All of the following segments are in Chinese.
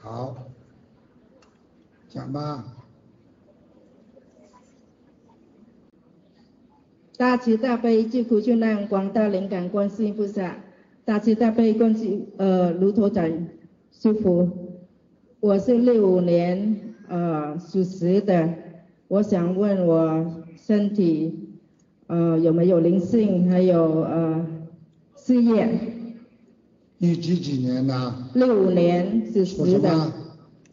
好，讲吧，大慈大悲救苦救难广大灵感观世音菩萨，大慈大悲观世呃卢头长师傅，我是六五年呃属实的，我想问我身体呃有没有灵性，还有呃事业。你几几年的？六五年属属实什的么，？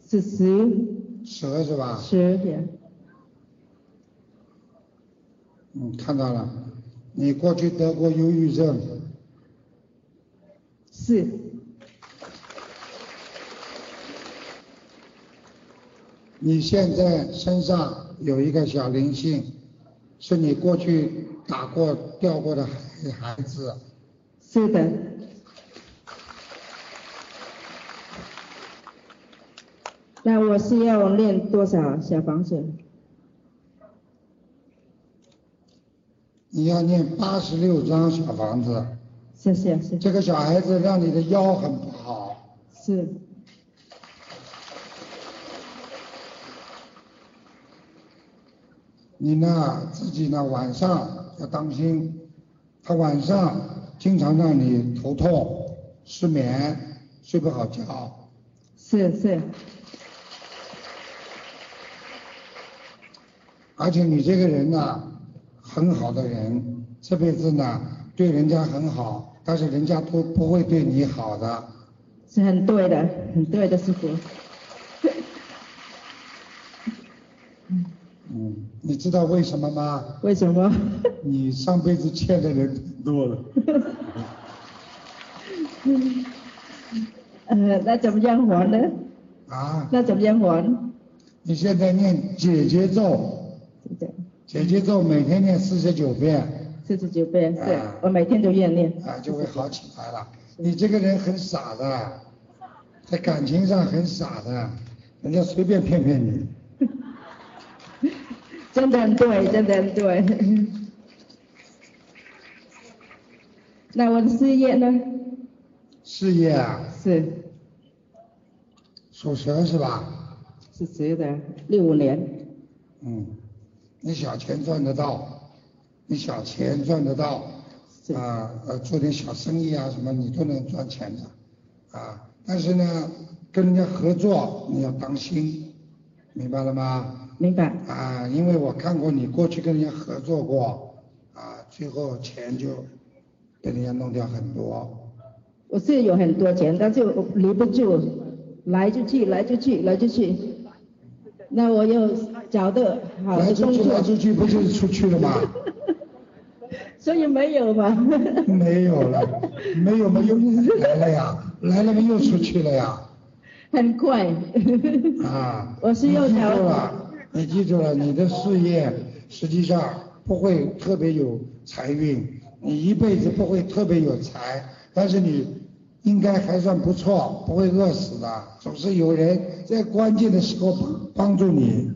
属实蛇是吧？实也嗯，看到了。你过去得过忧郁症，是你现在身上有一个小灵性，是你过去打过、掉过的孩孩子。是的，那我是要练多少小房子？你要念八十六张小房子。谢谢，谢谢，这个小孩子让你的腰很不好，是你呢自己呢晚上要当心，他晚上经常让你头痛、失眠、睡不好觉。是是而且你这个人呢，很好的人，这辈子呢对人家很好，但是人家都不会对你好的。是很对的，很对的师傅，嗯，你知道为什么吗？为什么？你上辈子欠的人挺多 了。 呃，那怎么样还呢？啊，那怎么样还？你现在念姐姐咒，是的，姐姐咒每天念四十九遍。四十九遍，是啊我每天都愿念，啊，就会好起来了。你这个人很傻的，在感情上很傻的，人家随便骗骗你。真的很对，真的很对。那我的事业呢？事业啊，是属蛇是吧？是谁的？六五年，嗯，你小钱赚得到，你小钱赚得到，是啊呃，做点小生意啊什么，你都能赚钱的，啊，但是呢，跟人家合作你要当心，明白了吗？明白？啊，因为我看过你过去跟人家合作过，啊，最后钱就被人家弄掉很多。我是有很多钱，但是我留不住，来就去，来就去，来就去。那我又找到好来的出工去，来出作，去，不就是出去了吗？所以没有嘛。 没有了，没有嘛，又来了呀，来了嘛，又出去了呀，很快，啊，我是又你记找住了，你记住了，你的事业实际上不会特别有财运，你一辈子不会特别有财，但是你应该还算不错，不会饿死的，总是有人在关键的时候帮帮助你，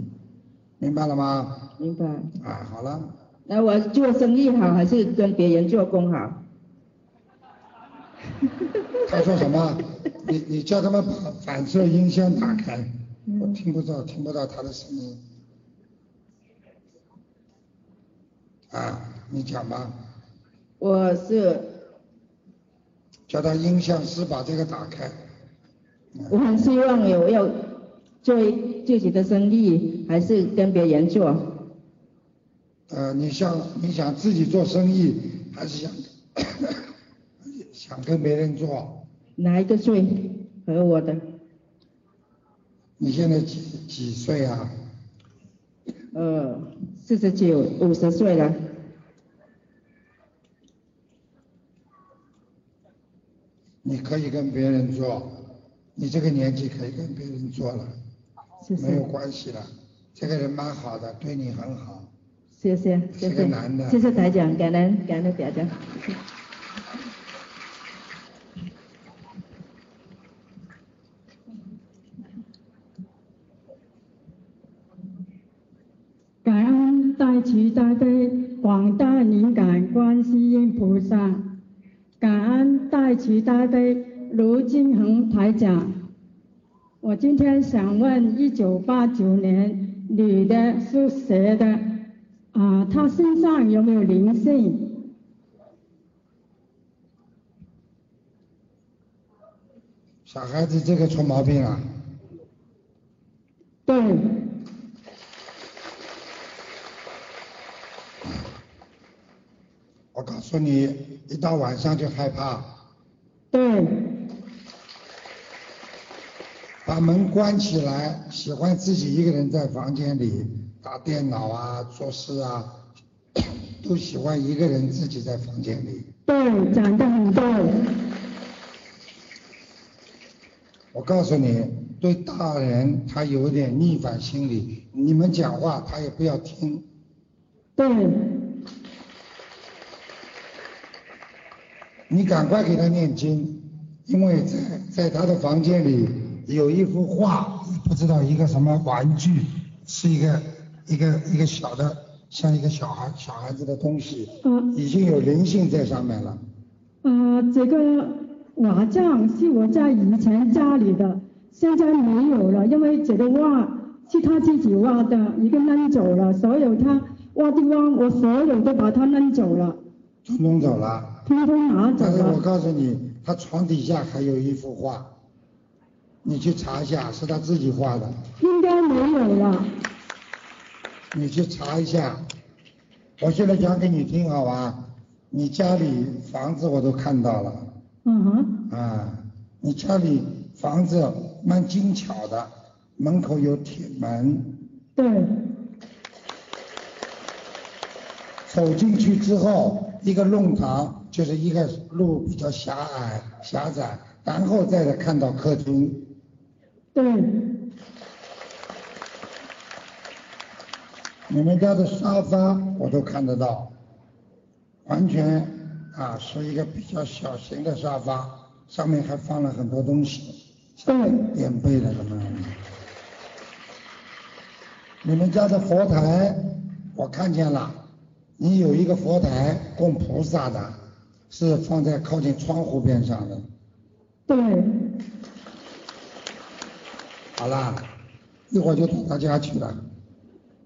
明白了吗？明白？啊，好了，嗯那我做生意好还是跟别人做工好？他说什么？你你叫他们把反射音箱打开，我嗯听不到，听不到他的声音。啊，你讲吧。我是叫他音像师把这个打开。我很希望有要做自己的生意，还是跟别人做？呃，你想你想自己做生意，还是想 想跟别人做？哪一个最合我的？你现在几几岁啊？呃，四十九、五十岁了，你可以跟别人做，你这个年纪可以跟别人做了，谢没有谢，关系了。这个人蛮好的，对你很好。谢谢，谢是个男谢，的谢谢台长，感恩感恩台长。感恩大慈大悲广大灵感观世音菩萨，感恩大慈大悲卢金恒台长，我今天想问，一九八九年女的属蛇的，啊、她身上有没有灵性？小孩子这个臭毛病啊，对，我告诉你，一到晚上就害怕，对，把门关起来，喜欢自己一个人在房间里打电脑啊、做事啊，都喜欢一个人自己在房间里。对，讲得很对，我告诉你，对大人他有点逆反心理，你们讲话他也不要听。对，你赶快给他念经，因为在在他的房间里有一幅画，不知道一个什么玩具，是一个一个一个小的，像一个小孩小孩子的东西，嗯已经有灵性在上面了。啊，这个瓦匠是我在以前家里的，现在没有了，因为这个挖是他自己挖的，已经扔走了，所有他挖的挖，我所有都把它扔走了，都弄走了，通通拿走但是我了。告诉你，他床底下还有一幅画，你去查一下，是他自己画的，应该没有了，你去查一下。我现在讲给你听好吧，你家里房子我都看到了。嗯哼，啊，你家里房子蛮精巧的，门口有铁门，对，走进去之后，一个弄堂就是一个路比较狭隘狭窄，然后再看到客厅，对，你们家的沙发我都看得到，完全啊是一个比较小型的沙发，上面还放了很多东西，对，垫背了什么的。你们家的佛台我看见了，你有一个佛台供菩萨的，是放在靠近窗户边上的。对，好啦，一会儿就到他家去了。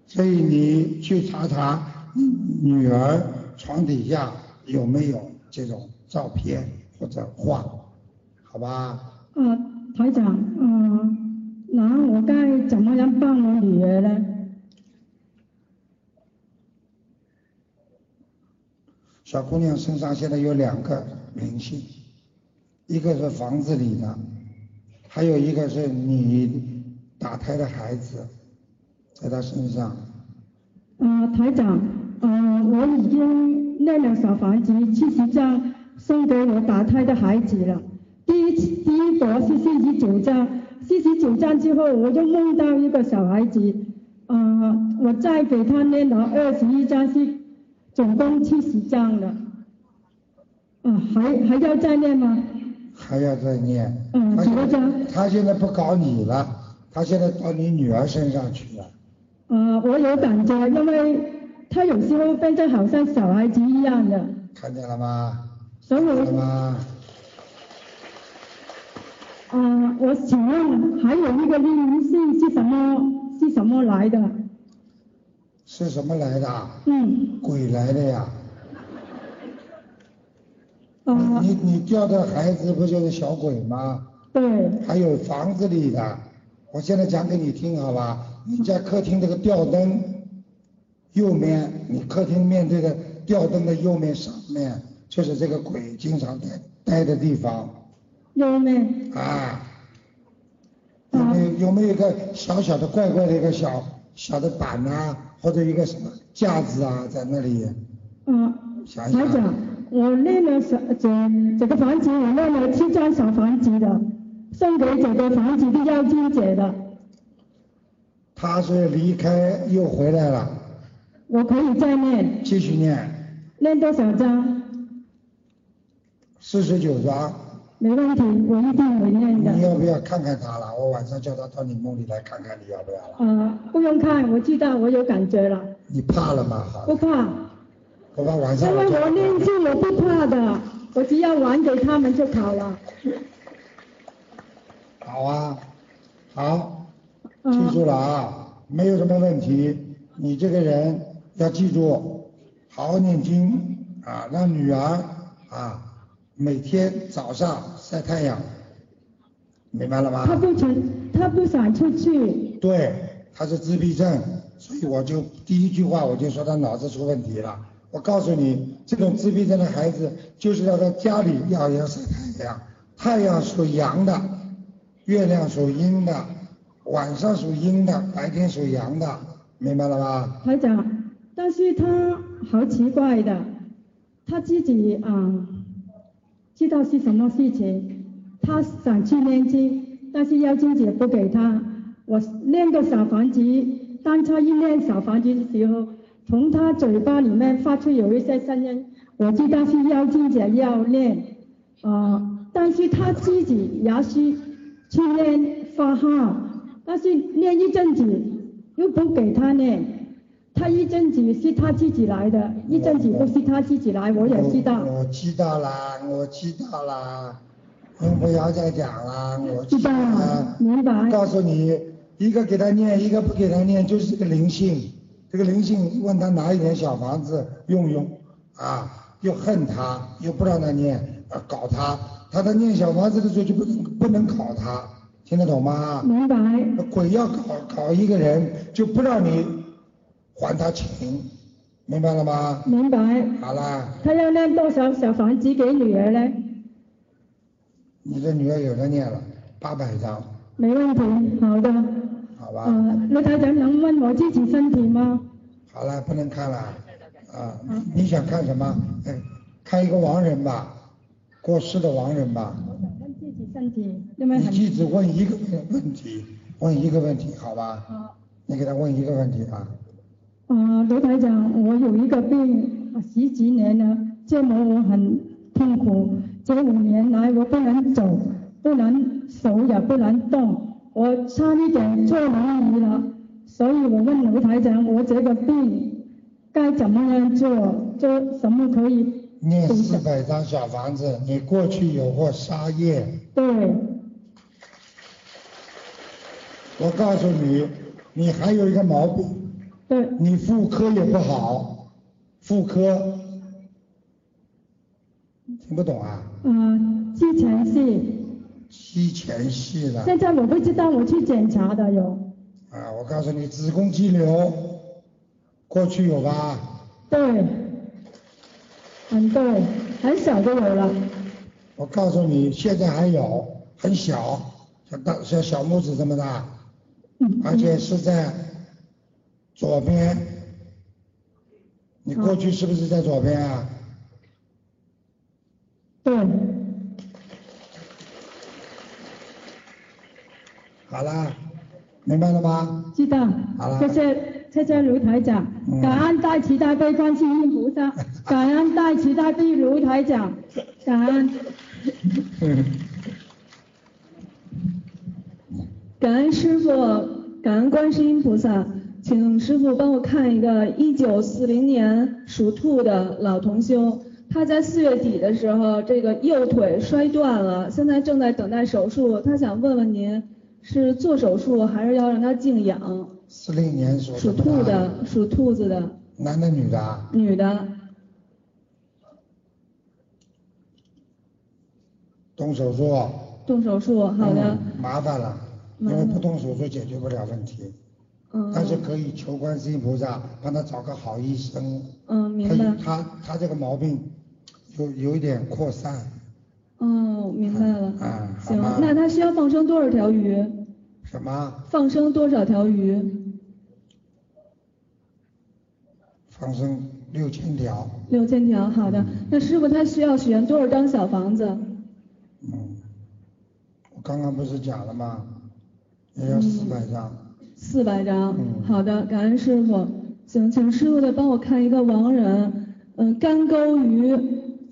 所以你去查查你女儿床底下有没有这种照片或者画，好吧？啊，台长，嗯，然后我该怎么样帮我女儿呢？小姑娘身上现在有两个灵性，一个是房子里的，还有一个是你打胎的孩子，在她身上。啊，台长，呃，我已经那两小房子七十张送给我打胎的孩子了。第一次第一波是四十九张，四十九张之后我就梦到一个小孩子，呃，我再给他念了二十一张，是总共七十张了。啊，还还要再念吗？还要再念。嗯他怎么讲他现在不搞你了，他现在到你女儿身上去了。呃，我有感觉，因为他有时候变得好像小孩子一样的，看见了吗？所以看我见了吗？啊，我想问，还有那个灵性是什么？是什么来的？是什么来的啊？嗯，鬼来的呀！啊呃你，你掉的孩子不就是小鬼吗？对，还有房子里的，我现在讲给你听好吧？你家客厅这个吊灯，右面，你客厅面对的吊灯的右面上面，就是这个鬼经常待待的地方。有没？啊，啊有没有有没有一个小小的怪怪的一个小小的板呐、或者一个什么架子啊，在那里？啊，想一台想长，我练了小这这个房子，我练了七张小房子的，送给这个房子的要经者的，他是离开又回来了，我可以再练，继续念练多少张？四十九章，没问题，我一定会练你的。要不要看看他了？我晚上叫他到你梦里来看看，你要不要了？啊，不用看，我知道我有感觉了，你怕了吗？好不了，怕。我怕晚因上为我叫我你练字我不怕的，我只要还给他们就好了。好啊，好，嗯记住了啊，没有什么问题。你这个人要记住，好好念经啊，让女儿啊每天早上晒太阳，明白了吗？他不成，他不想出去，对，他是自闭症，所以我就第一句话我就说他脑子出问题了。我告诉你，这种自闭症的孩子就是要在家里要要晒太阳，太阳属阳的，月亮属阴的，晚上属阴的，白天属阳的，明白了吧？台长。但是他好奇怪的，他自己啊、知道是什么事情，他想去念经，但是妖精姐不给他。我念个小房子，当他一念小房子的时候，从他嘴巴里面发出有一些声音，我知道是妖精姐要念，呃，但是他自己也是去念发号，但是念一阵子又不给他念，他一阵子是他自己来的，一阵子哦不是他自己来，我也知道。我知道啦，我知道啦，你不要再讲啦，我知道啦，明白告诉你，一个给他念，一个不给他念，就是这个灵性。这个灵性问他拿一点小房子用用啊，又恨他，又不让他念，啊，搞他。他在念小房子的时候就不能不能搞他，听得懂吗？明白，鬼要搞搞一个人，就不让你还他情，明白了吗？明白。好啦。他要念多少小房子给女儿呢？你这女儿有的念了，八百张，没问题，好的。好吧呃，卢台长能问我自己身体吗？好了，不能看了，啊，你想看什么？哎，看一个亡人吧，过世的亡人吧，我想问自己身体，因为你很一直问一个问题，问一个问题，好吧？好。你给他问一个问题吧，呃，卢台长，我有一个病，十几年了，折磨我很痛苦。这五年来，我不能走，不能手也不能动，我差一点坐轮椅了。所以我问卢台长，我这个病该怎么样做？做什么可以？念四百张小房子，你过去有过杀业，对，我告诉你，你还有一个毛病，对，你妇科也不好，妇科听不懂啊？呃，之前是，吸前戏了现在我不知道，我去检查的有，啊！我告诉你，子宫肌瘤过去有吧？对，很对，嗯很小就有了，我告诉你，现在还有，很小，像大像小拇指这么大，嗯，而且是在左边。你过去是不是在左边啊？对，好啦，明白了吗？知道好了，谢谢谢谢卢台长嗯，感恩大慈大悲观世音 菩萨，感恩大慈大悲卢台长，感恩感恩师傅，感恩观世音菩萨，请师傅帮我看一个一九四零年属兔的老同修，他在四月底的时候，这个右腿摔断了，现在正在等待手术，他想问问您是做手术还是要让他静养？四零年属属什么啊兔的，属兔子的，男的女的啊？女的，动手术。动手术，好的，嗯麻烦了，因为不动手术解决不了问题，嗯但是可以求观世音菩萨帮他找个好医生。嗯，明白，他他他这个毛病有有一点扩散，哦，明白了，嗯好行吧，那他需要放生多少条鱼？什么放生多少条鱼？放生六千条，六千条，好的。那师傅他需要许愿多少张小房子？嗯，我刚刚不是讲了吗？也要四百张，四百张嗯。好的，感恩师傅。行，请师傅再帮我看一个亡人，嗯，干沟鱼，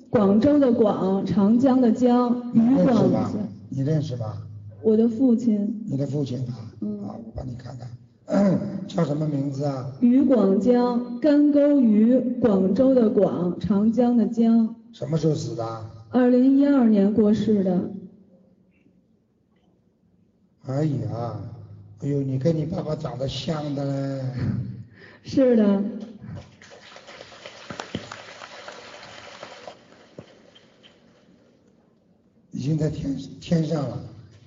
广州的广，长江的江，你鱼认识广哎吧子。？你认识吧？我的父亲，你的父亲吧？嗯啊，我帮你看看，叫什么名字啊？于广江，干沟鱼，广州的广，长江的江。什么时候死的啊？二零一二年过世的，啊，哎呀，哎呦，你跟你爸爸长得像的嘞，是的，已经在天天上了。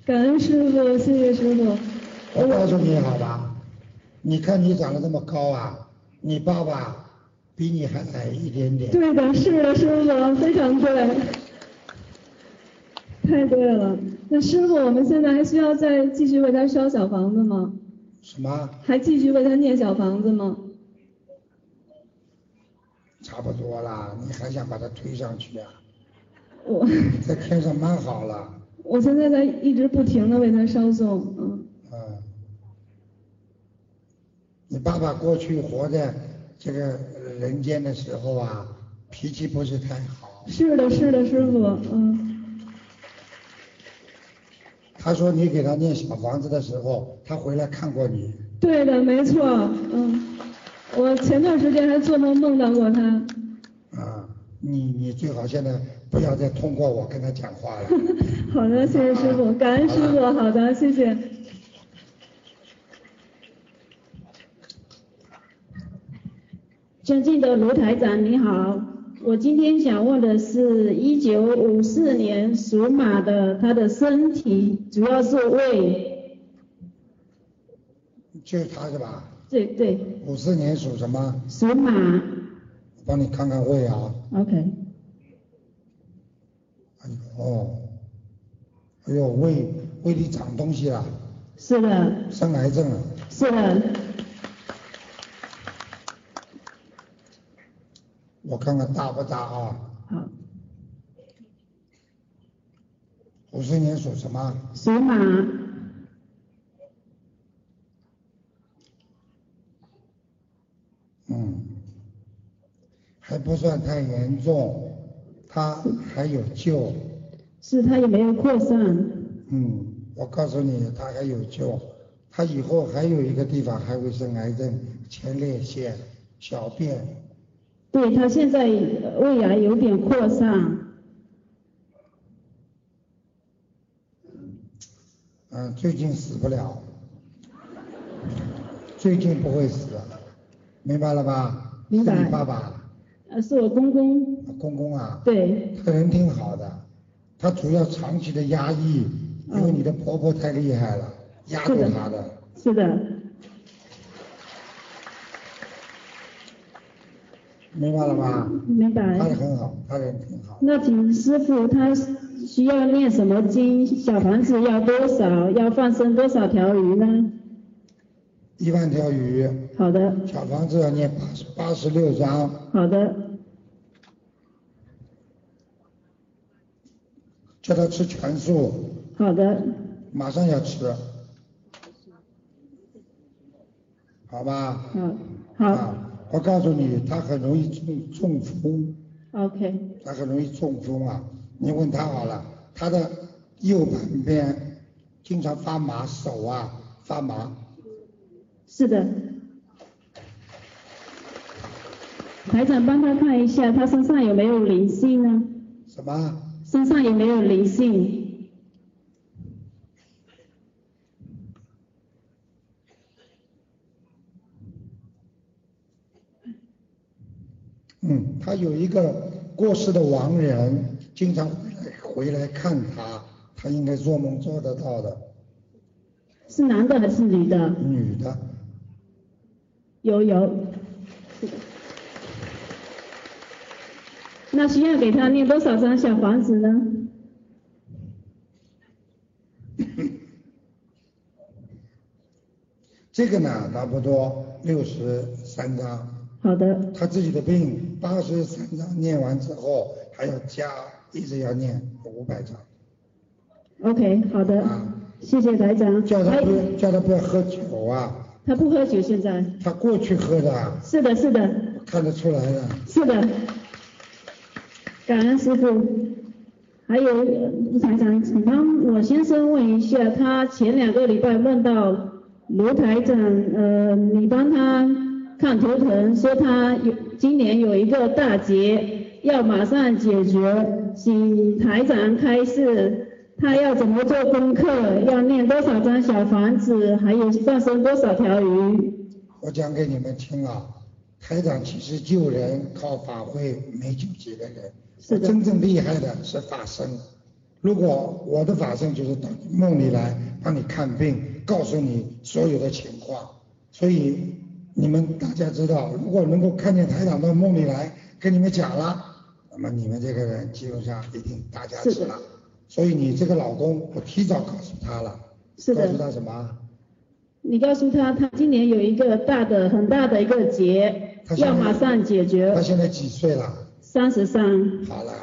感恩师傅，谢谢师傅。我告诉你好吧，你看你长得这么高啊，你爸爸比你还矮一点点。对的，是的，师傅，非常对，太对了。那师傅，我们现在还需要再继续为他烧小房子吗？什么？还继续为他念小房子吗？差不多啦，你还想把他推上去啊？我在天上蛮好了，我现在在一直不停的为他烧送，嗯，嗯。你爸爸过去活在这个人间的时候啊，脾气不是太好。是的，是的，师傅，嗯，他说你给他念小房子的时候，他回来看过你。对的，没错，嗯，我前段时间还做梦梦到过他，啊，你你最好现在不要再通过我跟他讲话了。好的，谢谢师傅，感恩师傅，好的，谢谢。尊敬的卢台长，你好，我今天想问的是，一九五四年属马的，他的身体主要是胃，就是他是吧？对对，五四年属什么？属马我帮你看看胃啊。 ，OK，哎呦，哦，哎呦，胃胃里长东西了，是的，生癌症了。是的，我看看大不大啊？好，五四年属什么？属马，嗯，还不算太严重，他还有救。是他有没有扩散？嗯，我告诉你，他还有救，他以后还有一个地方还会生癌症，前列腺、小便。对他现在呃胃癌有点扩散，嗯，最近死不了，最近不会死，明白了吧？明白是你爸爸、呃，是我公公，公公啊，对，他人挺好的，他主要长期的压抑，嗯因为你的婆婆太厉害了，压住是的他的。是的，明白了吧？明白。他很好，他人挺好。那请师傅，他需要念什么经？小房子要多少？要放生多少条鱼呢？一万条鱼，好的，小房子要念八十八十六章，好的，叫他吃全素，好的，马上要吃，好吧？好，好啊，我告诉你，他很容易中中风， ，OK，他很容易中风啊。你问他好了，他的右半边经常发麻，手啊发麻，是的。台长帮他看一下，他身上有没有灵性呢？什么？身上有没有灵性？嗯，他有一个过世的亡人，经常回来回来看他，他应该做梦做得到的。是男的还是女的？女的，有有。那需要给他念多少张小房子呢？这个呢差不多六十三章，好的，他自己的病八十三章念完之后，还要加，一直要念五百章。 OK，好的，谢谢台长。啊叫他哎不要叫他不要喝酒啊，他不喝酒现在。他过去喝的啊，是的，是的，我看得出来的。是的。感恩师傅。还有呃卢台长，请帮我先生问一下，他前两个礼拜问到卢台长，呃，你帮他看图腾，说他有今年有一个大劫要马上解决，请台长开示他要怎么做功课，要念多少张小房子，还有放生多少条鱼。我讲给你们听啊，台长其实救人靠法会没救几个人，是的真正厉害的是法身。如果我的法身就是到你梦里来帮你看病，告诉你所有的情况，所以你们大家知道，如果能够看见台长到梦里来跟你们讲了，那么你们这个人基本上一定大家是知的了。所以你这个老公，我提早告诉他了，是告的诉他什么？你告诉他，他今年有一个大的、很大的一个劫他，现在要马上解决他。现在几岁了？三十三，好了，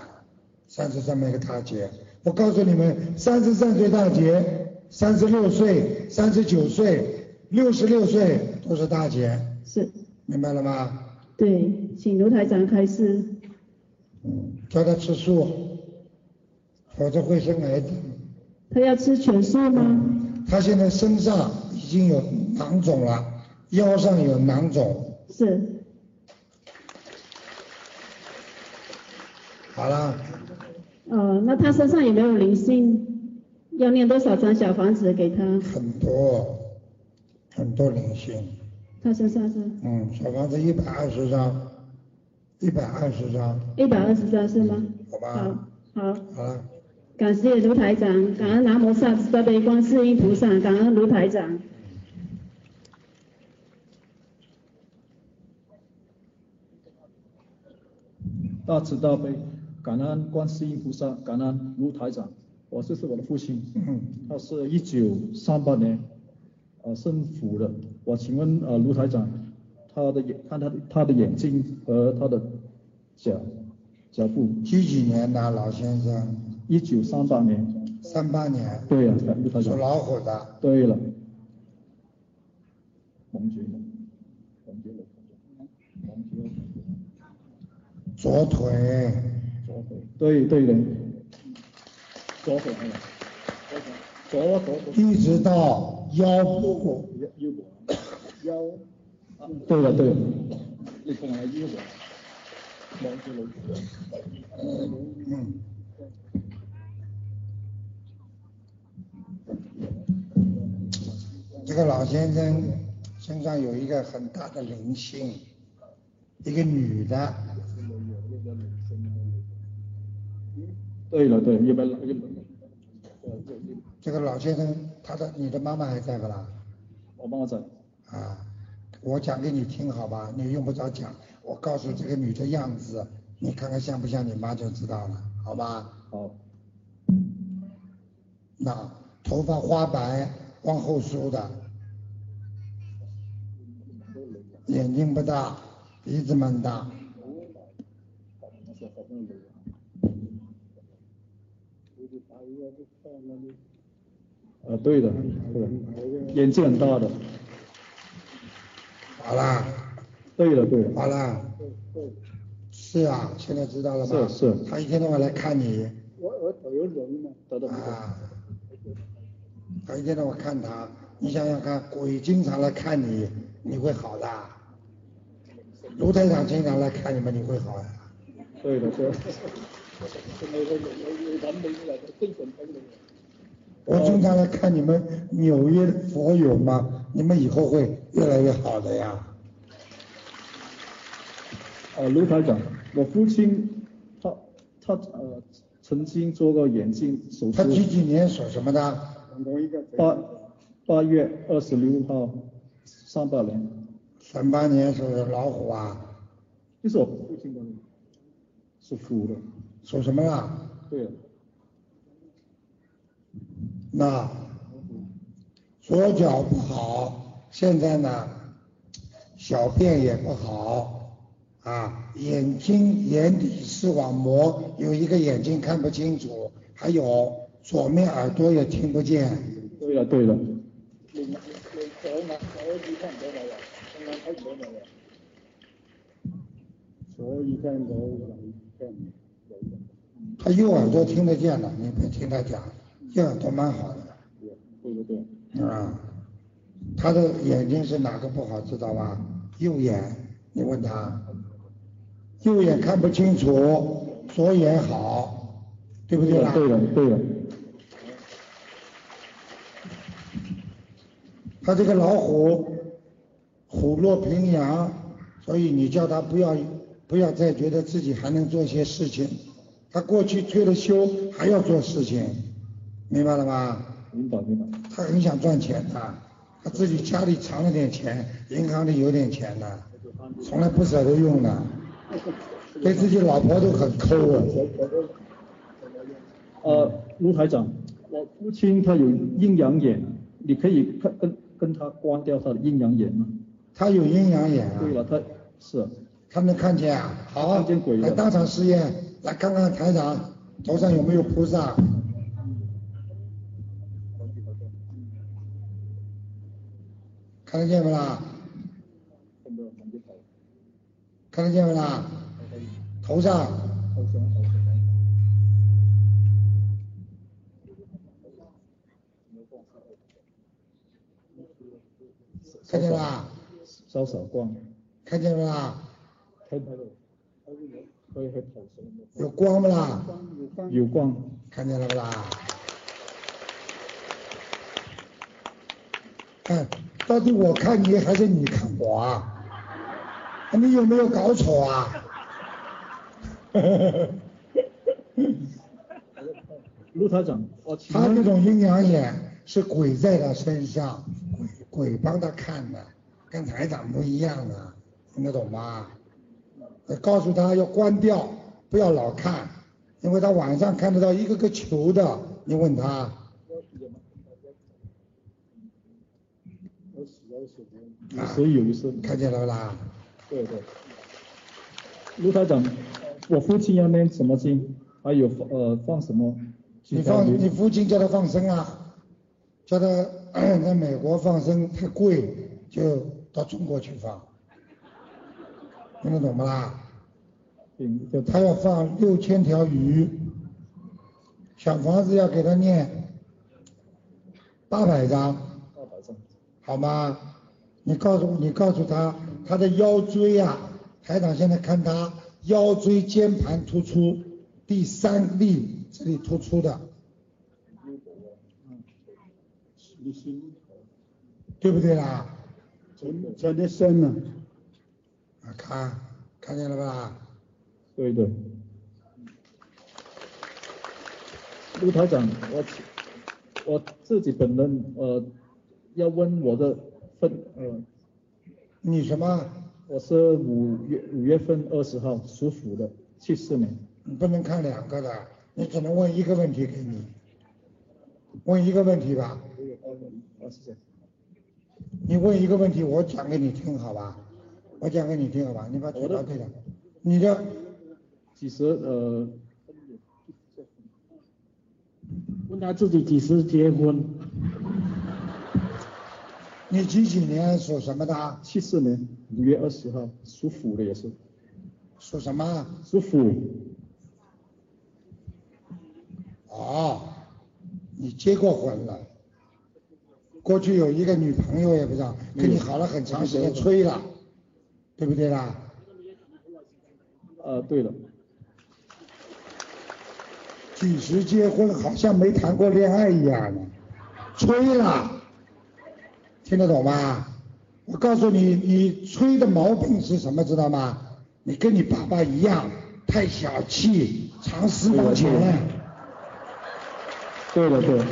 三十三没个大劫。我告诉你们，三十三岁大劫，三十六岁、三十九岁、六十六岁都是大劫，是，明白了吗？对，请卢台长开示。叫他吃素，否则会生癌症。他要吃全素吗？他现在身上已经有囊肿了，腰上有囊肿。是，好了，呃，那他身上有没有灵性？要念多少张小房子给他？很多很多灵性，他身上是嗯，小房子一百二十张，一百二十张，一百二十张是吗？好好吧，，好，好了。感谢卢台长，感恩南无萨斯大悲观世音菩萨，感恩卢台长。大慈大悲，感恩观世音菩萨，感恩卢台长。我这是我的父亲，嗯他是一九三八年，呃，生虎的。我请问呃，卢台长，他的眼看他的他的眼睛和他的脚脚步，几几年的老先生？一九三八年。三八年，对呀、卢台属长。老虎的。对了，蒙觉了，蒙觉了，蒙觉了，左腿，左腿，对对的，左腿，哎呀左左左一直到腰部，右右脖，腰，啊对了对了，你看来右脖，蒙觉了，嗯，这个老先生身上有一个很大的灵性，一个女的，对了对，右边右边，这个老先生他的你的妈妈还在不啦？我帮我找，啊，我讲给你听好吧，你用不着讲，我告诉这个女的样子，你看看像不像你妈就知道了，好吧？好，那头发花白，往后梳的，眼睛不大，鼻子蛮啊大，呃对的对的，眼睛很大的，好啦，对了对了，好啦，是啊，现在知道了吧？是是他一天到晚来看你，得到啊，他一天到晚看他，你想想看，鬼经常来看你，你会好的啊。卢台长经常来看你们，你会好呀、对的对的。我经常来看你们纽约的佛友嘛，你们以后会越来越好的呀。呃，卢台长，我父亲他他呃曾经做过眼镜手他几术，几年属什么的？八哦八月二十六号上半年，三八年属老虎啊，就是我父亲的，是虎的，属什么啦？对了，那左脚不好，现在呢，小便也不好啊，眼睛眼底视网膜有一个眼睛看不清楚，还有左面耳朵也听不见。对了对了，他右耳朵听得见的，你别听他讲，右耳朵蛮好的对了对了，啊。他的眼睛是哪个不好知道吧？右眼，你问他，右眼看不清楚，左眼好，对不对啦？对了对了，他这个老虎虎落平阳，所以你叫他不要不要再觉得自己还能做些事情，他过去退了休还要做事情，明白了吗？明白明白。他很想赚钱的，他自己家里藏了点钱，银行里有点钱的，从来不舍得用的，对自己老婆都很抠啊。呃，卢台长，我父亲他有阴阳眼，你可以看跟跟他关掉他的阴阳眼吗？他有阴阳眼对啊，了，他是他能看见啊。好，看见鬼了来当场试验，来看看台长头上有没有菩萨。看得见没啦？看得见没啦？头上看见啦？稍稍光，看见没啦？他可以去投诉，有光不啦？有光。看见了不啦？看，哎到底我看你还是你看我啊？你有没有搞错啊？ 卢台长，我请他这问种阴阳眼是鬼在他身上，鬼鬼帮他看的，跟台长不一样的，听得懂吗？呃告诉他要关掉，不要老看，因为他晚上看得到一个个球的。你问他。有谁有一声？看见了不啦？对对。卢台长，我父亲要念什么经？还有呃放什么？你放你父亲叫他放生啊，叫他 在美国放生太贵，就到中国去放，听得懂不啦？嗯，就他要放六千条鱼，小房子要给他念八百张，八百张。好吗？你告诉你告诉他，他的腰椎啊，台长现在看他腰椎间盘突出，第三例这里突出的，对不对啦？在的身呢，啊，看看见了吧？对对。陆台长，我请我自己本人呃要问我的份呃，你什么？我是五月五月份二十号属虎的，七四年。你不能看两个的，你只能问一个问题给你，问一个问题吧。啊，谢谢。哦你问一个问题，我讲给你听，好吧？我讲给你听，好吧？你把嘴巴对着。你的其实呃，问他自己几时结婚， 你几几年属什么的？七四年五月二十号属虎的也是属什么？属虎，哦，你结过婚了。过去有一个女朋友也不知道，跟你好了很长时嗯间，吹了，对不对啦？呃，对了，几时结婚，好像没谈过恋爱一样呢，吹了，听得懂吗？我告诉你，你吹的毛病是什么，知道吗？你跟你爸爸一样，太小气，藏私房钱。对了对了，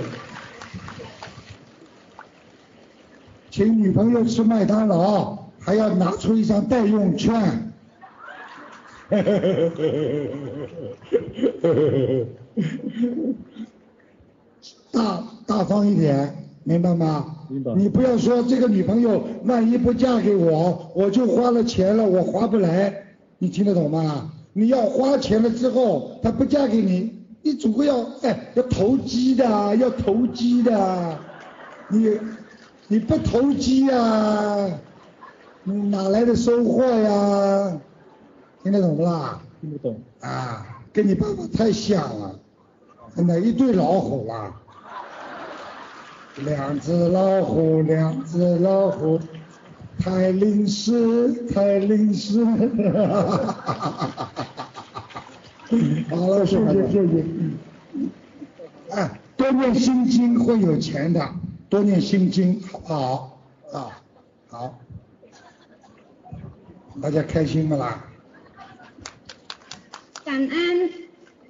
请女朋友吃麦当劳，还要拿出一张代用券。 大大方一点，明白吗？明白你不要说这个女朋友万一不嫁给我，我就花了钱了，我划不来，你听得懂吗？你要花钱了之后，她不嫁给你，你总归要哎要投机的啊，要投机的啊，你你不投机啊，你哪来的收获呀？听得懂不啦？听不懂，啊，跟你爸爸太像了，真的，一对老虎啊！两只老虎，两只老虎，太灵湿，太灵湿。好了，谢谢谢谢。哎，多念心经会有钱的，多念心经好不好？啊，好，大家开心不啦？感恩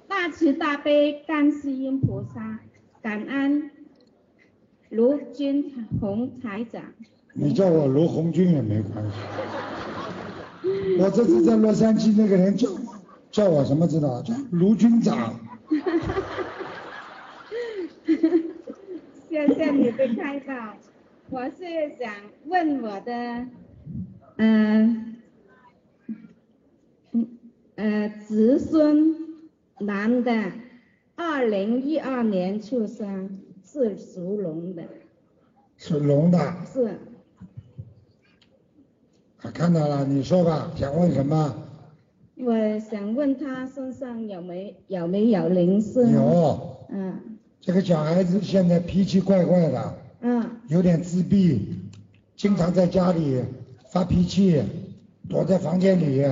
大慈大悲观世音菩萨，感恩卢军红台长。你叫我卢红军也没关系。我这次在洛杉矶那个人叫我叫我什么知道？叫卢军长。 谢谢你的开导，我是想问我的，嗯、嗯呃，子孙男的，二零一二年出生，是属龙的，属龙的，啊是看到了，你说吧，想问什么？我想问他身上有没有没有灵性？有，嗯这个小孩子现在脾气怪怪的，嗯有点自闭，经常在家里发脾气，躲在房间里。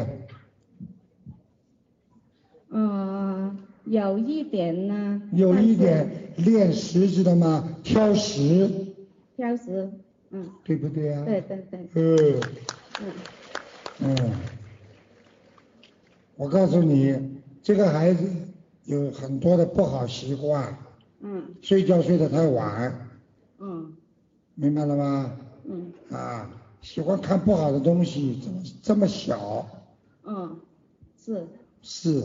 呃，有一点呢，有一但点恋食，知道吗？挑食，是挑食，嗯，对不对啊？对对对，嗯嗯嗯，我告诉你，这个孩子有很多的不好习惯，嗯睡觉睡得太晚，嗯明白了吗？嗯啊，喜欢看不好的东西，这么这么小，嗯，是，是。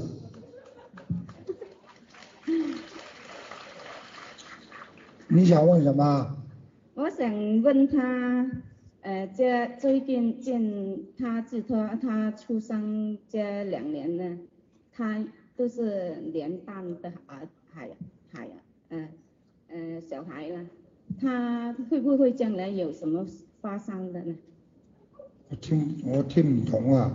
你想问什么？我想问他，呃，这最近近他自从他出生这两年呢，他都是年半的儿孩孩，呃呃小孩了，他会不会将来有什么发生的呢？我听我听不懂啊，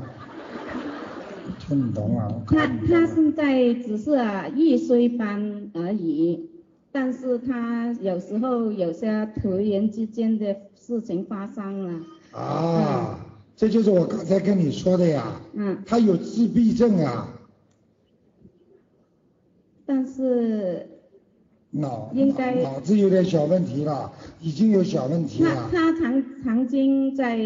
听不懂啊，我他看不懂他啊现在只是啊一岁半而已，但是他有时候有些突然之间的事情发生了，啊，这就是我刚才跟你说的呀，嗯，他有自闭症啊，但是脑应该脑脑子有点小问题了，已经有小问题他了，他曾曾经在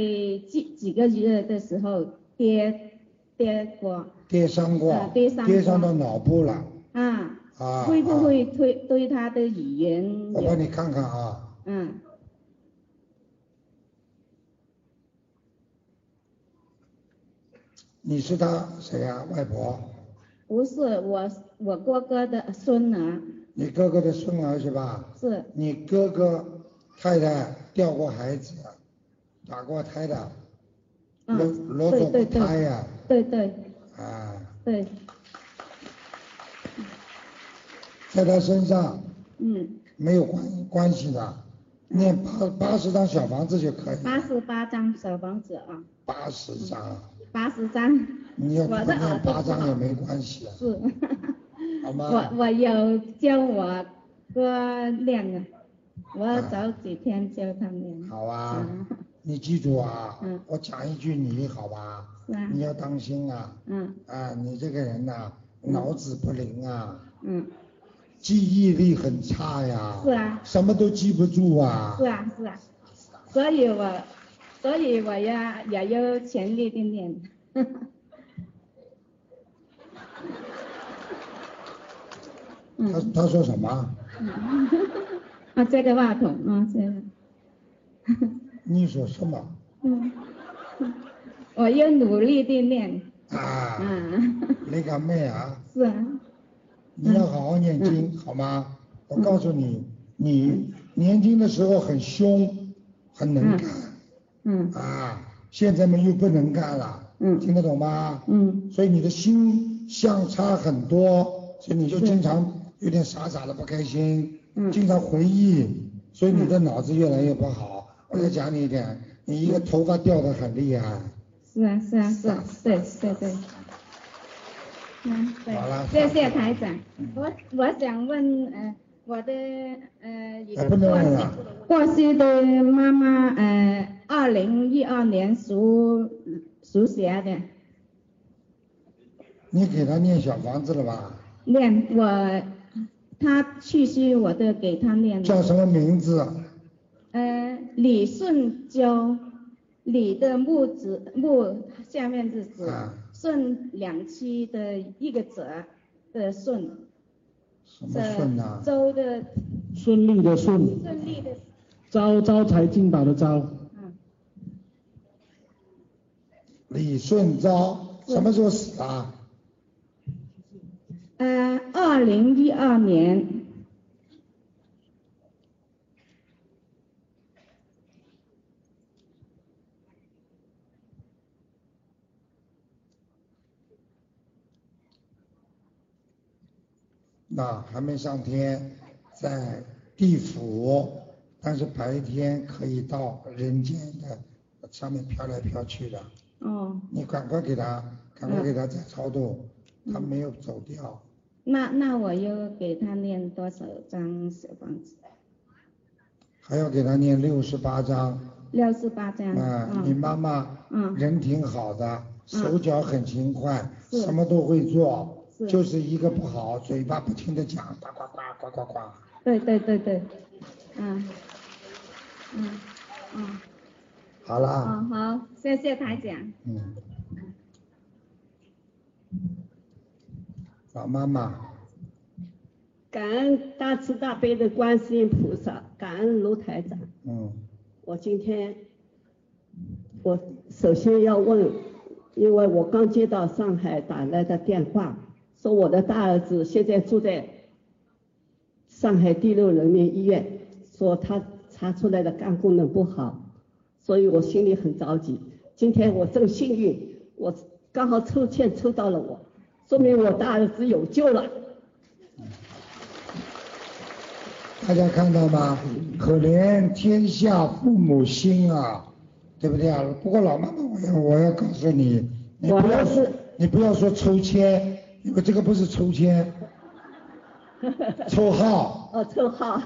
几几个月的时候跌跌过跌伤过啊，跌伤过到脑部了啊，啊。会不啊会对对他的语言我帮有你看看啊，嗯你是他谁呀、外婆，不是我我哥哥的孙儿你哥哥的孙儿是吧？是你哥哥太太掉过孩子，啊打过胎的，啊裸裸走对过对对胎呀、对对啊，对在他身上嗯没有关关系的，念八八十张小房子就可以了，八十八张小房子啊八十张，八十张你要我的多念八耳朵不好张也没关系啊，是好我吗？我有教我哥练啊，我早几天教他练好啊嗯，你记住啊嗯，我讲一句你好吧，是啊你要当心啊，嗯啊，你这个人呐、脑子不灵啊。嗯记忆力很差呀，是啊什么都记不住啊，是啊是啊，所以我所以我要也要全力的练， 嗯他他说什么？啊这个话筒啊这个，你说什么？嗯，我要努力的练，啊，嗯那个妹啊，是啊你要好好念嗯经，好吗？我告诉你，你年轻的时候很凶，很能干，嗯啊，现在嘛又不能干了，嗯听得懂吗？嗯所以你的心相差很多，所以你就经常有点傻傻的不开心，嗯经常回忆，所以你的脑子越来越不好。嗯我再讲你一点，你一个头发掉的很厉害，是啊是啊是啊对对对。嗯，对好了，谢谢台长。我我想问，呃，我的呃，一哎个不能过问世了过世的妈妈，呃，二零一二年属属蛇的，你给他念小房子了吧？念我，她去世我都给她念了，叫什么名字？呃，李顺交，李的木子木下面是子，啊顺两期的一个者的顺，什么顺啊呐、周的顺利的顺，顺利的招招财进宝的招，李顺昭什么时候死啊？呃，二零一二年那还没上天，在地府，但是白天可以到人间的上面飘来飘去的。哦，你赶快给他，赶快给他再超度，嗯他没有走掉。那那我又给他念多少张小房子？还要给他念六十八章。六十八张。啊，你嗯妈妈嗯人挺好的，手脚很勤快，是什么都会做，是就是一个不好，嘴巴不停的讲，呱呱呱呱呱呱。对对对对，嗯，嗯，嗯，好啦，哦好，谢谢台长，嗯，老妈妈，感恩大慈大悲的观世音菩萨，感恩卢台长。嗯，我今天，我首先要问，因为我刚接到上海打来的电话，说我的大儿子现在住在上海第六人民医院，说他查出来的肝功能不好，所以我心里很着急。今天我正幸运，我刚好抽签抽到了我，说明我大儿子有救了。大家看到吗？可怜天下父母心啊，对不对啊？不过老妈妈，我要我要告诉你，你不要说你不要说抽签，因为这个不是抽签，抽号，哦，抽 号。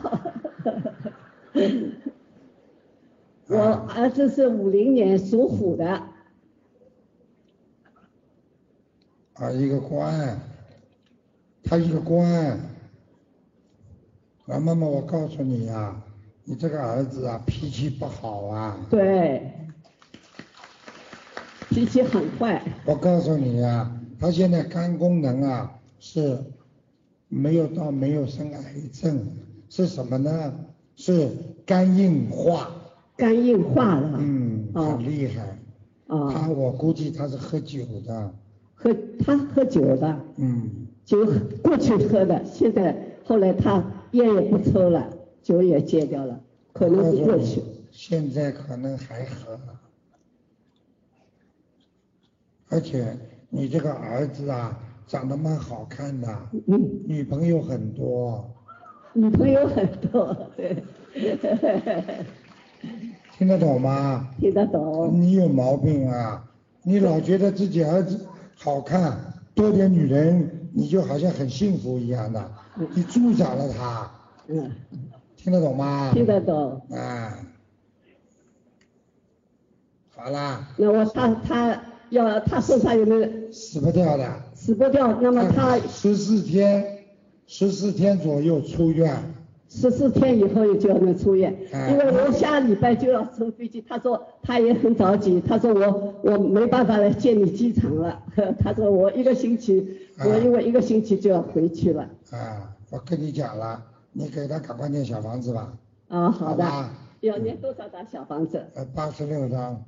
我嗯儿子是五零年属虎的，啊，一个官，他一个官。老妈妈，我告诉你啊，你这个儿子啊，脾气不好啊。对，脾气很坏，我告诉你啊，他现在肝功能啊是没有到没有生癌症，是什么呢？是肝硬化，肝硬化了。嗯，哦很厉害。啊，他我估计他是喝酒的，喝他喝酒的，嗯，酒过去喝的，现在后来他烟也不抽了，酒也戒掉了，可能是过嗯去。现在可能还喝。而且你这个儿子啊，长得蛮好看的，嗯，女朋友很多，女朋友很多，对，听得懂吗？听得懂。你有毛病啊！你老觉得自己儿子好看，多点女人，你就好像很幸福一样的，你助长了他，嗯，听得懂吗？听得懂。啊，好啦，那我他他要他身上有没有死不掉的。死不掉？那么他十四天，十四天左右出院，十四天以后就要能出院，哎因为我下礼拜就要乘飞机。他说他也很着急，他说我我没办法来见你机场了。 他说我一个星期，哎我因为一个星期就要回去了。啊，我跟你讲了，你给他赶快念小房子吧，啊，好的，吧？要念多少张小房子？呃，八十六张，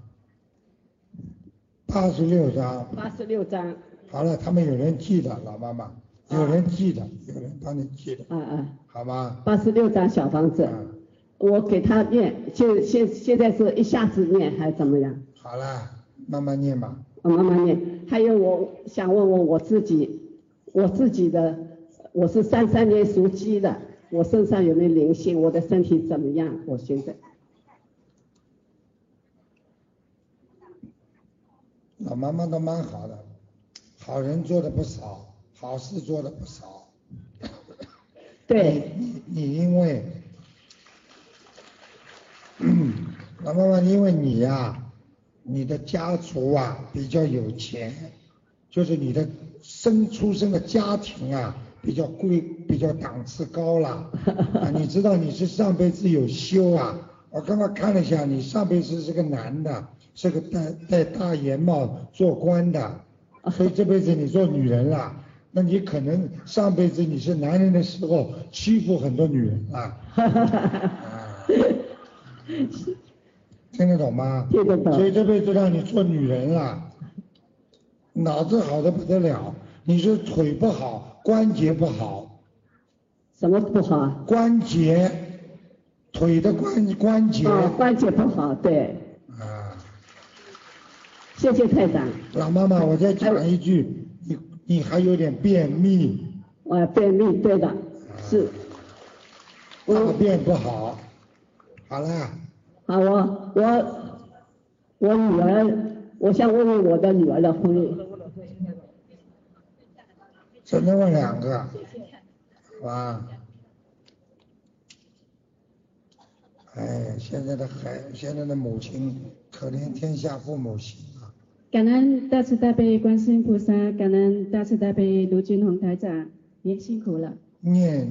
八十六张，八十六张。好了，他们有人记得，老妈妈，有人记得，有人帮你记的，啊啊，好吗？八十六张小房子，嗯，我给他念，现现现在是一下子念还是怎么样？好了，慢慢念吧。我哦慢慢念。还有，我想问问我自己，我自己的，我是三三年属鸡的，我身上有没有灵性？我的身体怎么样？我现在老妈妈都蛮好的，好人做的不少，好事做的不少。对你你因为， 老妈妈，因为你呀、你的家族啊比较有钱，就是你的生出生的家庭啊比较贵，比较档次高啦。啊，你知道你是上辈子有修啊，我刚刚看了一下，你上辈子是个男的，是个戴戴大檐帽做官的，所以这辈子你做女人了。那你可能上辈子你是男人的时候欺负很多女人了。啊听得懂吗？听得懂所以这辈子让你做女人了，脑子好的不得了，你是腿不好，关节不好，什么不好啊？关节，腿的关关节哦，关节不好，对，啊。谢谢台长。老妈妈，我再讲一句，你你还有点便秘，啊我啊便秘，对的，是。大便不好。好啦，好，我我我女儿，我想问问我的女儿的婚姻。只能问两个，好吧？哎，现在的孩，现在的母亲，可怜天下父母心啊！感恩大慈大悲观世音菩萨，感恩大慈大悲卢军宏台长，您辛苦了。念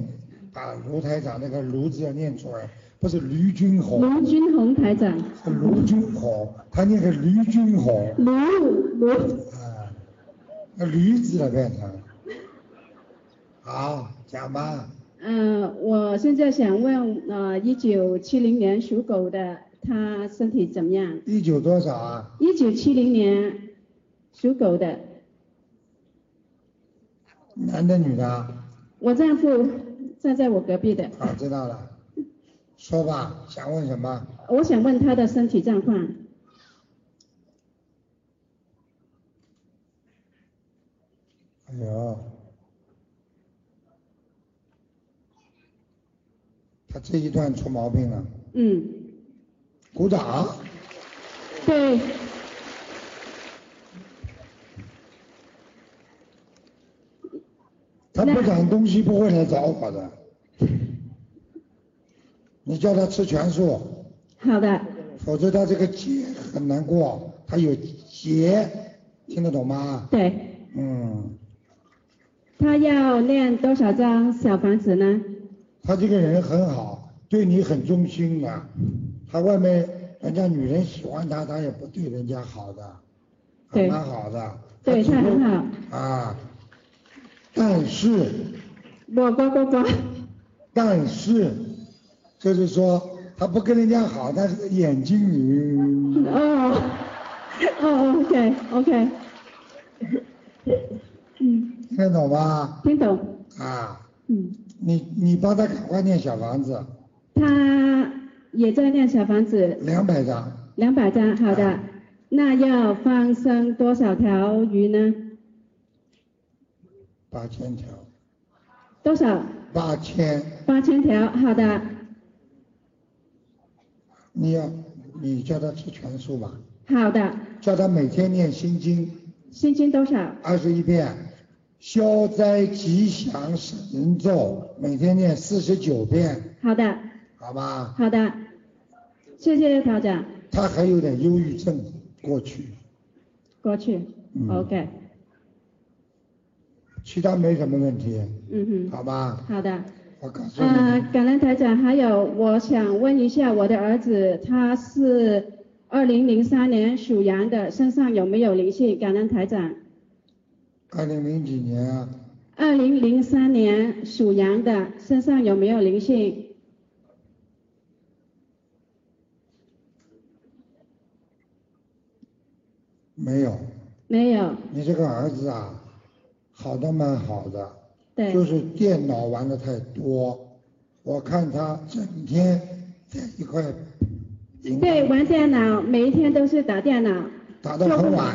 把卢台长那个卢字要念出来，不是驴军红，卢军宏台长，是卢军红，他念个驴军红卢卢，啊，那驴字了变成。好，讲吧，呃，我现在想问，呃，一九七零年属狗的，他身体怎么样？一九多少啊？一九七零年属狗的，男的女的啊？我丈夫站在我隔壁的，啊，知道了，说吧，想问什么？我想问他的身体状况。哎呦，他这一段出毛病了，嗯，鼓掌。对，他不长东西不会来找我的。你叫他吃全素，好的，否则他这个结很难过，他有结，听得懂吗？对，嗯，他要练多少张小房子呢？他这个人很好，对你很忠心的、他外面人家女人喜欢他，他也不对人家好的，还对蛮好的。对只不他很好。啊，但是我呱呱呱，但是就是说他不跟人家好，但是眼睛里哦，哦，OK OK，嗯，听得懂吧？听懂，啊，嗯，你你帮他赶快念小房子，他也在练小房子，两百张，两百张，好的，那要放生多少条鱼呢？八千条，多少？八千，八千条，好的，你要你叫他吃全素吧，好的，叫他每天念心经现金多少？二十一遍，消灾吉祥神咒每天念四十九遍，好的，好吧？好的，谢谢台长，他还有点忧郁症，过去过去、嗯 o k 其他没什么问题，嗯哼，好吧？好的。我告诉你，呃，感恩台长，还有我想问一下我的儿子，他是二零零三年属羊的，身上有没有灵性？感恩台长。二零零几年啊，二零零三年属羊的，身上有没有灵性？没有。没有，你这个儿子啊，好的蛮好的，对，就是电脑玩的太多，我看他整天在一块荧对，幕玩电脑，每一天都是打电脑。打到很晚，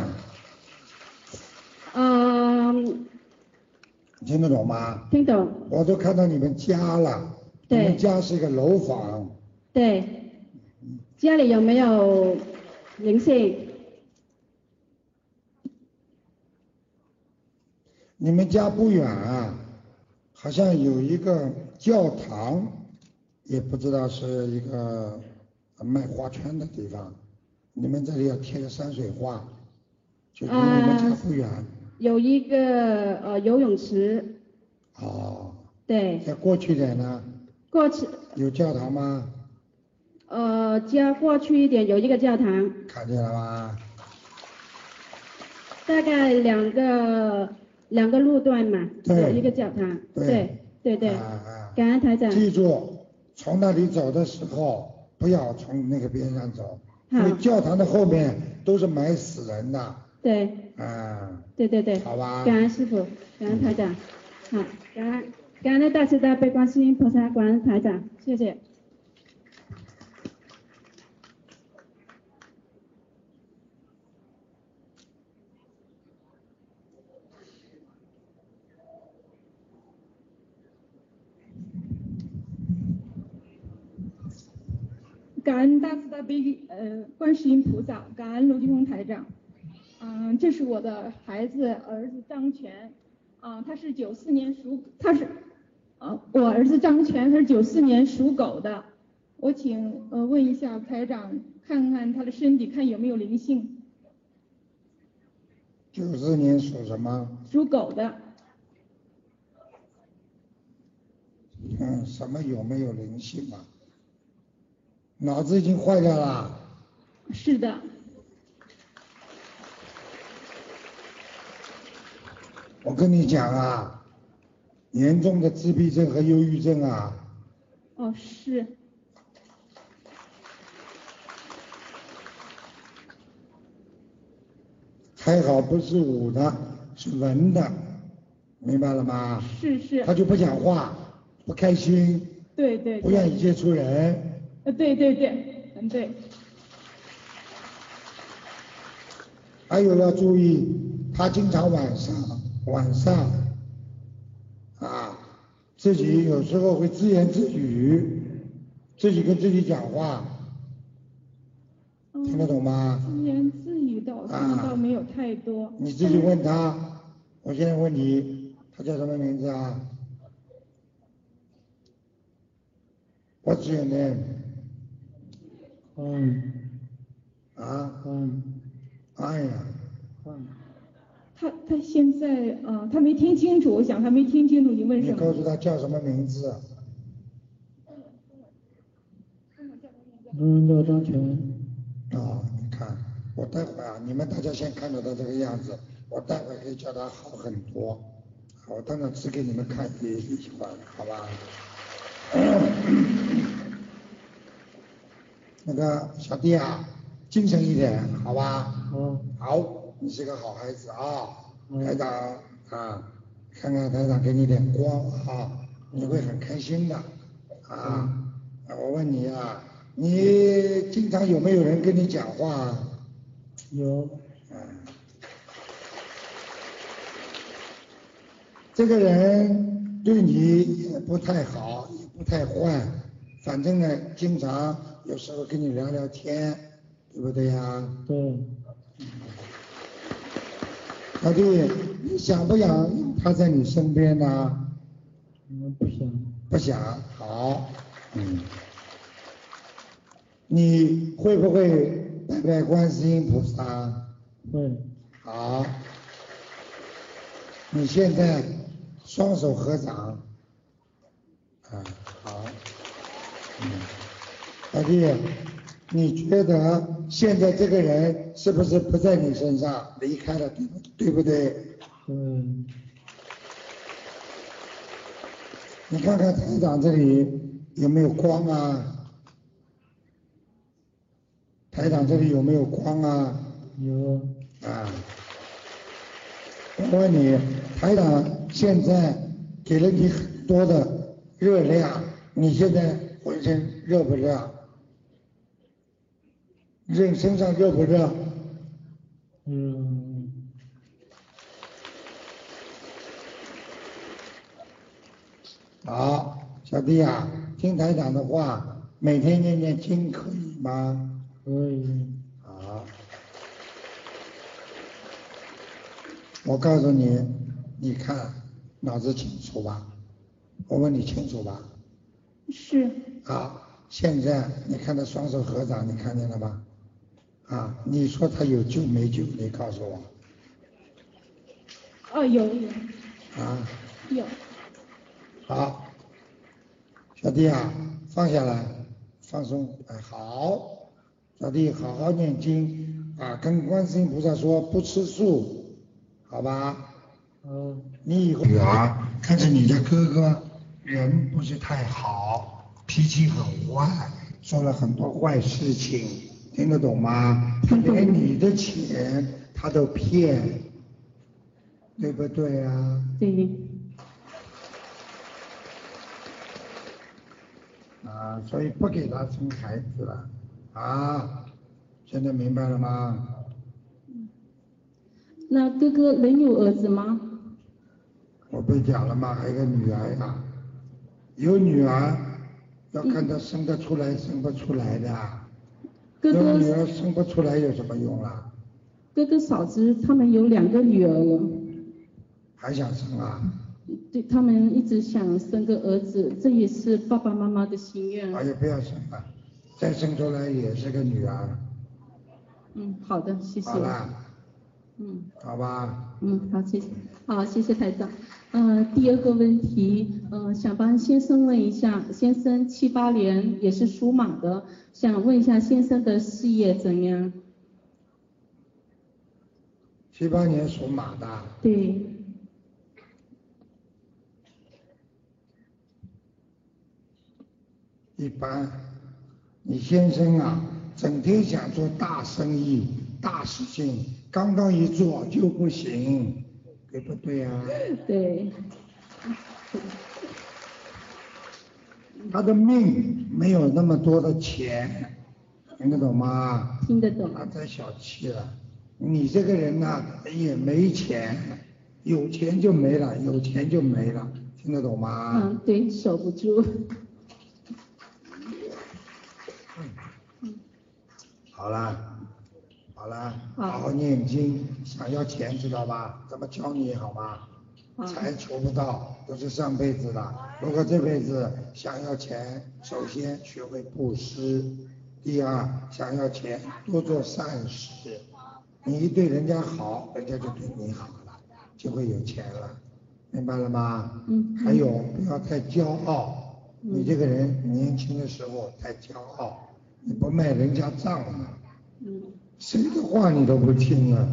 嗯，听得懂吗？听懂？我都看到你们家了，你对们家是一个楼房，对。家里有没有灵性？你们家不远啊，好像有一个教堂，也不知道是一个卖花圈的地方，你们这里要贴个山水画，就离你们家不远。有一个呃游泳池，哦，对，再过去点呢，啊过去有教堂吗？呃家过去一点有一个教堂，看见了吗？大概两个两个路段嘛，对有一个教堂，对对对对啊啊，感恩台长，记住，从那里走的时候，不要从那个边上走，因为好教堂的后面都是埋死人的，对啊，对对对，好吧感恩师傅，感恩台长，好，感恩感恩大慈大悲观世音菩萨，感恩台长，谢谢。感恩大慈大悲呃观世音菩萨，感恩卢俊峰台长。嗯、这是我的孩子儿子张全，啊、他是九四年属，他是，呃，我儿子张全他是九四年属狗的。我请呃问一下台长，看看他的身体，看有没有灵性，九四年属什么？属狗的。嗯，什么有没有灵性啊？脑子已经坏掉了，是的，我跟你讲啊，严重的自闭症和忧郁症啊，哦是，还好不是武的，是文的，明白了吗？是是他就不讲话，不开心，对对不对，愿意接触人，呃对对对，嗯对，还有要注意，他经常晚上晚上啊，自己有时候会自言自语，自己跟自己讲话，听得懂吗？啊自言自语的我看到没有太多。你自己问他，我现在问你，他叫什么名字啊？What's your name？嗯啊，嗯哎呀，嗯，他他现在呃，他没听清楚，我想他没听清楚你问你什告么。诉他叫什么名字？嗯，廖张全，哦，你看，我待会啊，你们大家先看到他这个样子，我待会可以叫他好很多。我当场只给你们看一一会儿，好 吧？那个小弟啊，精神一点，好吧？哦好，好，你是个好孩子啊，嗯台长啊，看看台长给你点光啊，嗯你会很开心的啊。啊我问你啊，你嗯经常有没有人跟你讲话啊？有，这个人对你也不太好，也不太坏，反正呢，经常有时候跟你聊聊天，对不对呀、对，小弟，你想不想他在你身边呢、我嗯不想，不想，好，嗯，你会不会拜拜观世音菩萨？会，好，你现在双手合掌，啊，好，嗯，老弟，你觉得现在这个人是不是不在你身上离开了，对不对不对？对，你看看台长这里有没有光啊？台长这里有没有光啊？有，啊！我问你，台长现在给了你很多的热量，你现在浑身热不热？人身上热不热？嗯，好，小弟啊，听台长的话，每天念念经可以吗？可以，嗯好，我告诉你，你看脑子清楚吧？我问你清楚吧？是，啊，现在你看他双手合掌，你看见了吗？啊，你说他有救没救？你告诉我哦有有啊！有，好，小弟啊，放下来，放松，哎，好，小弟好好念经啊，跟观世音菩萨说不吃素，好吧？嗯，你以后女儿看着你的哥哥人不是太好，脾气很坏，做了很多坏事情，听得懂吗？他连你的钱他都骗，对不对啊？对，啊，所以不给他生孩子了啊，现在明白了吗？那哥哥能有儿子吗？我不是讲了吗？还有个女儿呀、有女儿要看她生得出来生不出来的，哥有哥女儿生不出来有什么用啊？哥哥嫂子他们有两个女儿了，还想生啊？对他们一直想生个儿子，这也是爸爸妈妈的心愿。哎呀，不要生了，再生出来也是个女儿，嗯，好的，谢谢好。啦，嗯好吧？嗯，好，谢谢。好，谢谢台长。呃，第二个问题，呃，想帮先生问一下，先生七八年也是属马的，想问一下先生的事业怎样？七八年属马的，对，一般，你先生啊，整天想做大生意、大事情，刚刚一做就不行，对不对啊？对，他的命没有那么多的钱，听得懂吗？听得懂。他太啊小气了。你这个人呢、也没钱，有钱就没了，有钱就没了，听得懂吗？嗯，对，守不住。好啦，好啦，好好念经，想要钱知道吧？怎么教你好吗？好财求不到，都是上辈子的。如果这辈子想要钱，首先学会布施，第二想要钱多做善事。你一对人家好，人家就对你好了，就会有钱了，明白了吗？嗯还有不要太骄傲，你这个人年轻的时候太骄傲，你不卖人家账了。嗯，谁的话你都不听了，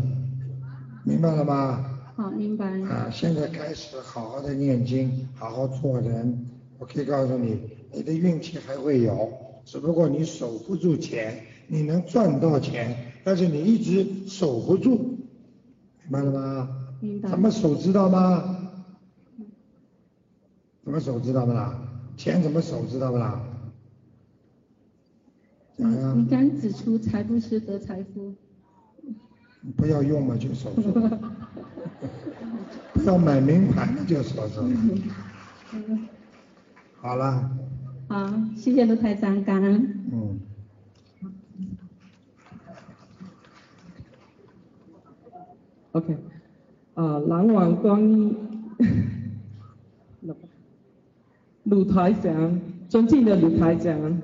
明白了吗？好，明白。啊，现在开始好好的念经，好好做人。我可以告诉你，你的运气还会有，只不过你守不住钱，你能赚到钱，但是你一直守不住，明白了吗？明嗯白怎么守知道吗？怎么守知道不啦？钱怎么守知道不啦？讲呀。你刚指出财布施得财富，不要用嘛就手术，不要买名牌嘛就手术。好了，嗯好，谢谢卢台长，感恩。嗯， OK，啊，南王關 於鲁台长，尊敬的鲁台长，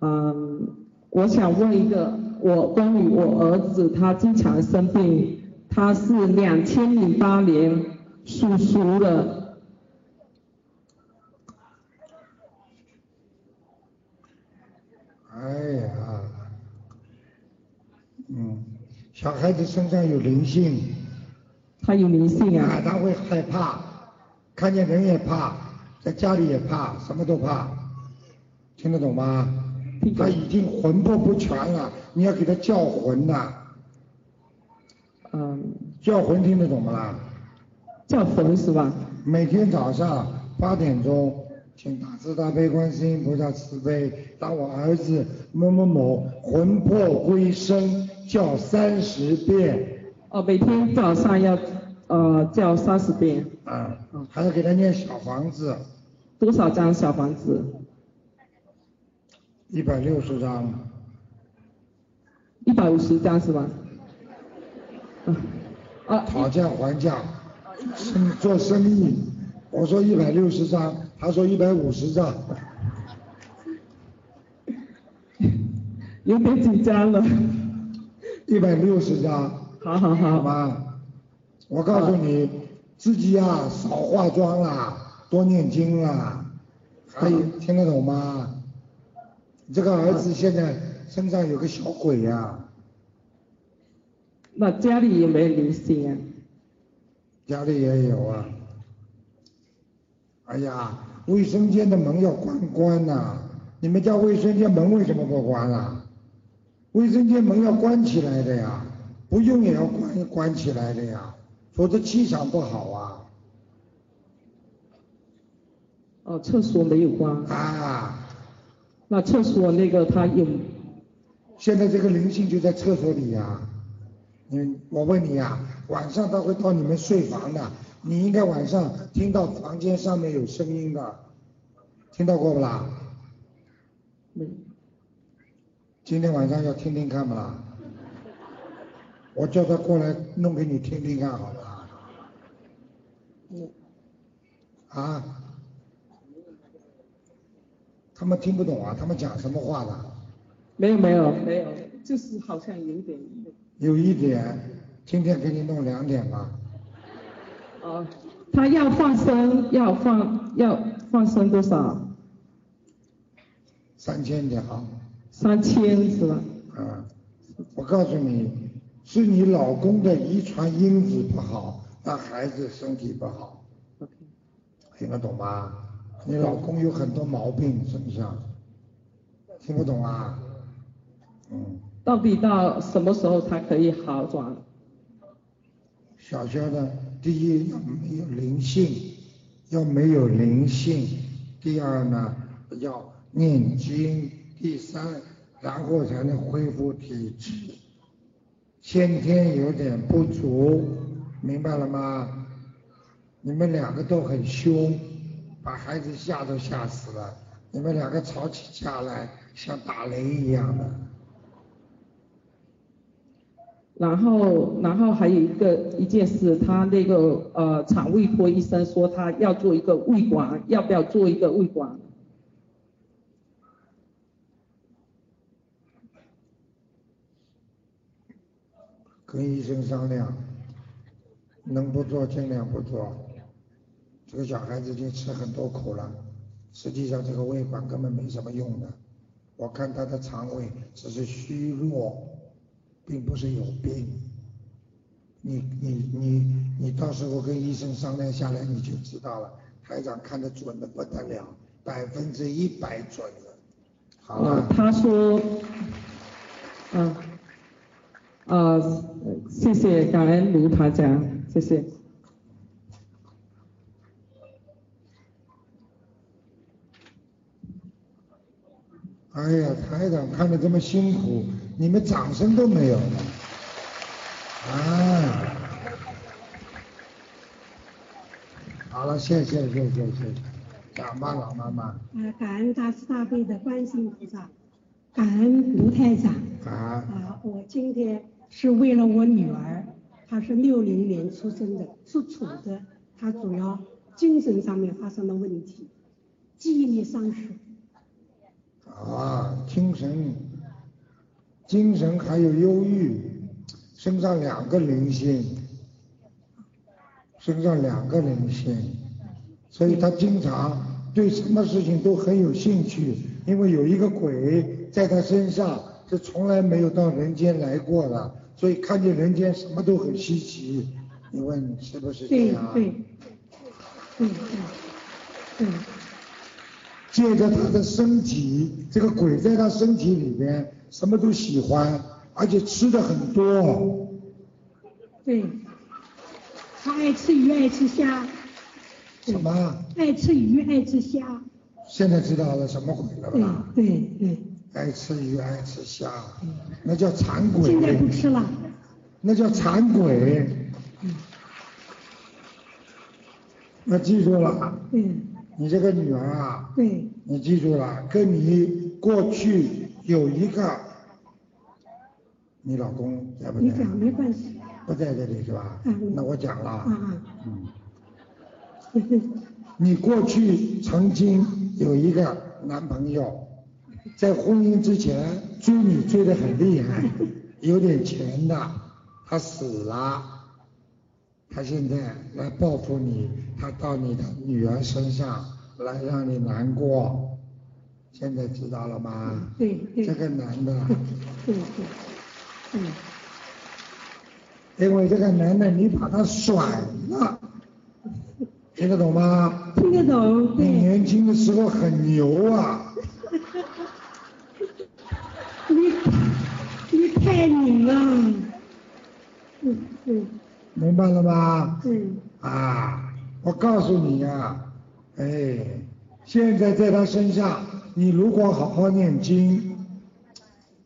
嗯，我想问一个，我关于我儿子，他经常生病，他是两千零八年属鼠的，哎呀，嗯，小孩子身上有灵性，他有灵性啊，他会害怕，看见人也怕，在家里也怕，什么都怕，听得懂吗？他已经魂魄不全了，你要给他叫魂呐、嗯，叫魂听得懂吗啦？叫魂是吧？每天早上八点钟，请大慈大悲观世音菩萨慈悲，让我儿子某某某魂魄归生，叫三十遍哦，每天早上要呃叫三十遍，啊，还要给他念小房子多少张小房子？一百六十张，一百五十张是吧？啊，讨价还价，生做生意，我说一百六十张，他说一百五十张，有点紧张了。一百六十张，好好好，好吧，我告诉嗯你，自己呀、少化啊啊妆啦，多念经啦，还有听得懂吗？你这个儿啊子现在身上有个小鬼呀、那家里有没有灵性啊？家里也有啊。哎呀，卫生间的门要关关呐、你们家卫生间门为什么不关啊？卫生间门要关起来的呀，不用也要关关起来的呀，否则气场不好啊。哦，厕所没有关。啊。那厕所那个他有，现在这个灵性就在厕所里呀、你嗯我问你呀、啊晚上他会到你们睡房的，你应该晚上听到房间上面有声音的，听到过不啦？没有今天晚上要听听看不啦？我叫他过来弄给你听听看好了。嗯啊？他们听不懂啊，他们讲什么话的？没有没有没有，就是好像有点有一点，今天给你弄两点吧。哦，他要放生，要放要放生多少？三千条。三千是吧？啊，我告诉你，是你老公的遗传因子不好，让孩子身体不好。听得懂吗？你老公有很多毛病身上，听不懂啊？到底到什么时候才可以好转？小小的，第一要没有灵性，要没有灵性；第二呢，要念经；第三，然后才能恢复体质。先天有点不足，明白了吗？你们两个都很凶，把孩子吓都吓死了。你们两个吵起架来像打雷一样的。然后，然后还有一个一件事，他那个呃肠胃科医生说他要做一个胃管，要不要做一个胃管？跟医生商量，能不做尽量不做。这个小孩子已经吃很多苦了，实际上这个胃管根本没什么用的。我看他的肠胃只是虚弱，并不是有病。你你你你到时候跟医生商量下来，你就知道了。台长看得准的不得了，百分之一百准的。好了。呃他说，嗯、呃，谢谢感恩卢台长，谢谢。哎呀，台长看得这么辛苦，你们掌声都没有呢。啊，好了，谢谢谢谢谢谢，讲吧老妈妈。呃，感恩大慈大悲的观世音菩萨，感恩卢太长。啊，啊，我今天是为了我女儿，她是六零年出生的，属鼠的，她主要精神上面发生了问题，记忆力丧失。好啊，精神，精神还有忧郁，身上两个灵性，身上两个灵性，所以他经常对什么事情都很有兴趣，因为有一个鬼在他身上是从来没有到人间来过的，所以看见人间什么都很稀奇。你问是不是这对样？对，对对对，借着他的身体，这个鬼在他身体里边什么都喜欢，而且吃的很多。对，她爱吃鱼，爱吃虾，什么？爱吃鱼，爱吃虾。现在知道了什么鬼了对吧？对对，嗯爱吃鱼，爱吃虾，那叫馋鬼。现在不吃了。嗯那叫馋鬼。那记住了，嗯，你这个女儿啊，对，你记住了，跟你过去有一个，你老公在不你在？讲没关系不在这里是吧？嗯那我讲了。啊啊。嗯。你过去曾经有一个男朋友，在婚姻之前追你追得很厉害，有点钱的，他死了，他现在来报复你，他到你的女儿身上来让你难过，现在知道了吗？对对这个男的，对对，嗯，因为这个男的你把他甩了，听得懂吗？听得懂。你年轻的时候很牛啊，你你太拧了，嗯嗯明白了吗？嗯，啊，我告诉你呀、哎，现在在他身上，你如果好好念经，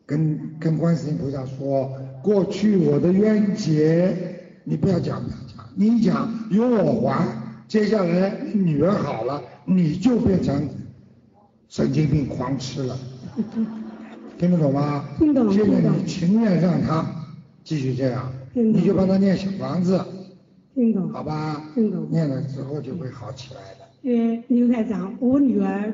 跟跟观世音菩萨说，过去我的冤结，你不要讲，不要讲，你讲有我还，接下来女儿好了，你就变成神经病狂吃 了，听得懂吗？听懂现在听懂你情愿让他继续这样，听懂你就帮他念小房子。听懂。好吧，听懂念了之后就会好起来的。呃，刘台长，我女儿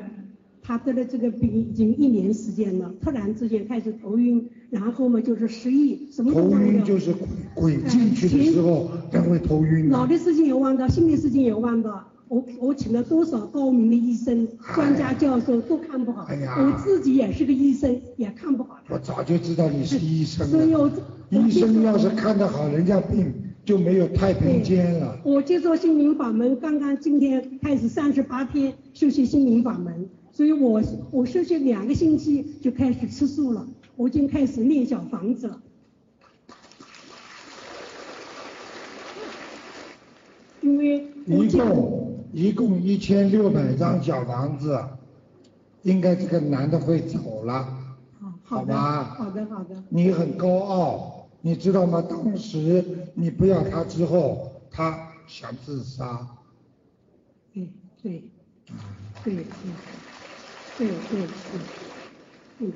她得了这个病已经一年时间了，突然之间开始头晕，然后嘛就是失忆，什么哎都头忘晕掉，就是鬼鬼进去的时候，人会头晕脑的。的事情也忘掉，心理事情也忘掉。我我请了多少高明的医生、专家教授都看不好，哎呀我自己也是个医生，也看不好。我早就知道你是医生所以了我，医生要是看得好人家病，就没有太平间了。我接受心灵法门，刚刚今天开始三十八天修习心灵法门，所以我我休息两个星期就开始吃素了，我已经开始练小房子了。因为我一见共一共一千六百张小房子，应该这个男的会走了，啊好的，吧？好的，好的，你很高傲，你知道吗？当时你不要他之后，他想自杀。对对对对对对对，嗯。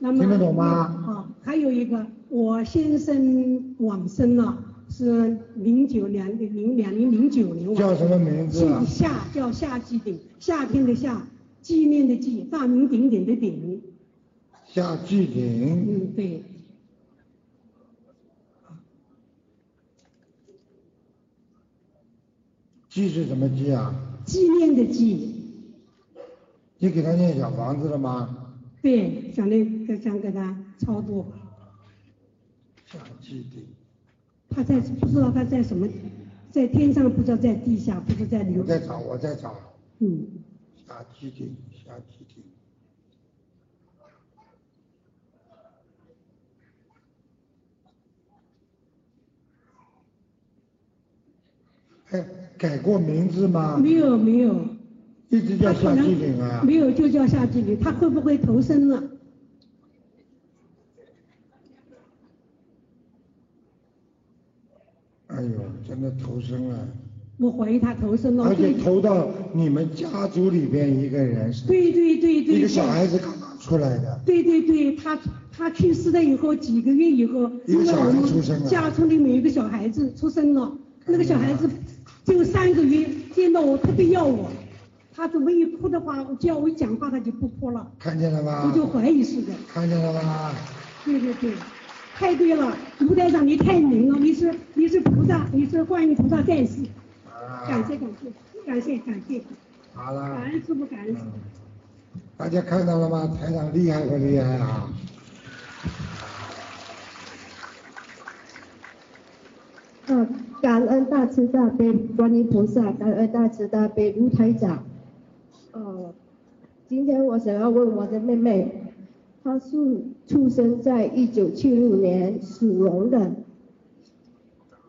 那么听得懂吗好，还有一个，我先生往生了，是零九年零两零零九年往生。叫什么名字啊姓夏，叫夏季鼎，夏天的夏，纪念的纪，大名鼎鼎的鼎。夏季鼎，嗯，对。季是什么季啊？纪念的纪，你给他念小房子了吗？对，想的想给他超度，夏季鼎，他在不知道他在什么，在天上不知道在地下，不知道在流我。在找，我在找。嗯。夏季鼎，夏季鼎。哎，改过名字吗？没有没有，一直叫他可夏季能鼎啊。没有就叫夏季鼎，他会不会投生了？哎呦，真的投生了，我怀疑他投生了。而且哦对投到你们家族里边一个人身上，对对对对，一个小孩子刚刚出来的。对对对，他他去世了以后几个月以后，一个因为小孩我们出生了家村里面有一个小孩子出生了，那个小孩子就三个月，见到我特别要我，他怎么一哭的话，我只要我一讲话他就不哭了，看见了吗？我就怀疑是的。看见了吗？对对对，太对了，卢台长你太灵了，你是你是菩萨，你是观音菩萨在世，感谢感谢感谢感谢，好了感，恩师傅感恩师父。大家看到了吗？台长厉害不厉害啊？嗯，感恩大慈大悲观音菩萨，感恩大慈大悲卢台长。呃，今天我想要问我的妹妹，她是出生在一九七六年属龙的，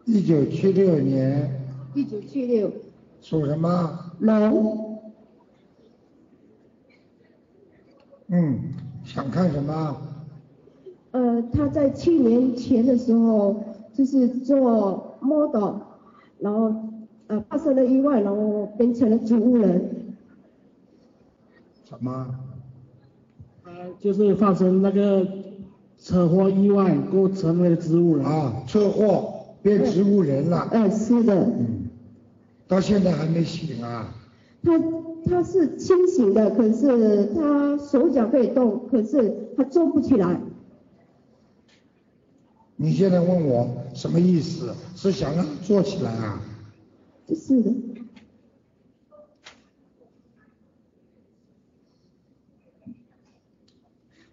一九七六年一九七六属什么？龙。嗯，想看什么？呃，她在七年前的时候就是做 model，然后呃发生了意外，然后变成了植物人。什么？呃就是发生那个车祸意外，过后成为了植物人。啊，车祸变植物人了。嗯，是的。嗯，到现在还没醒啊？他他是清醒的，可是他手脚可以动，可是他坐不起来。你现在问我什么意思？是想让他坐起来啊？是的。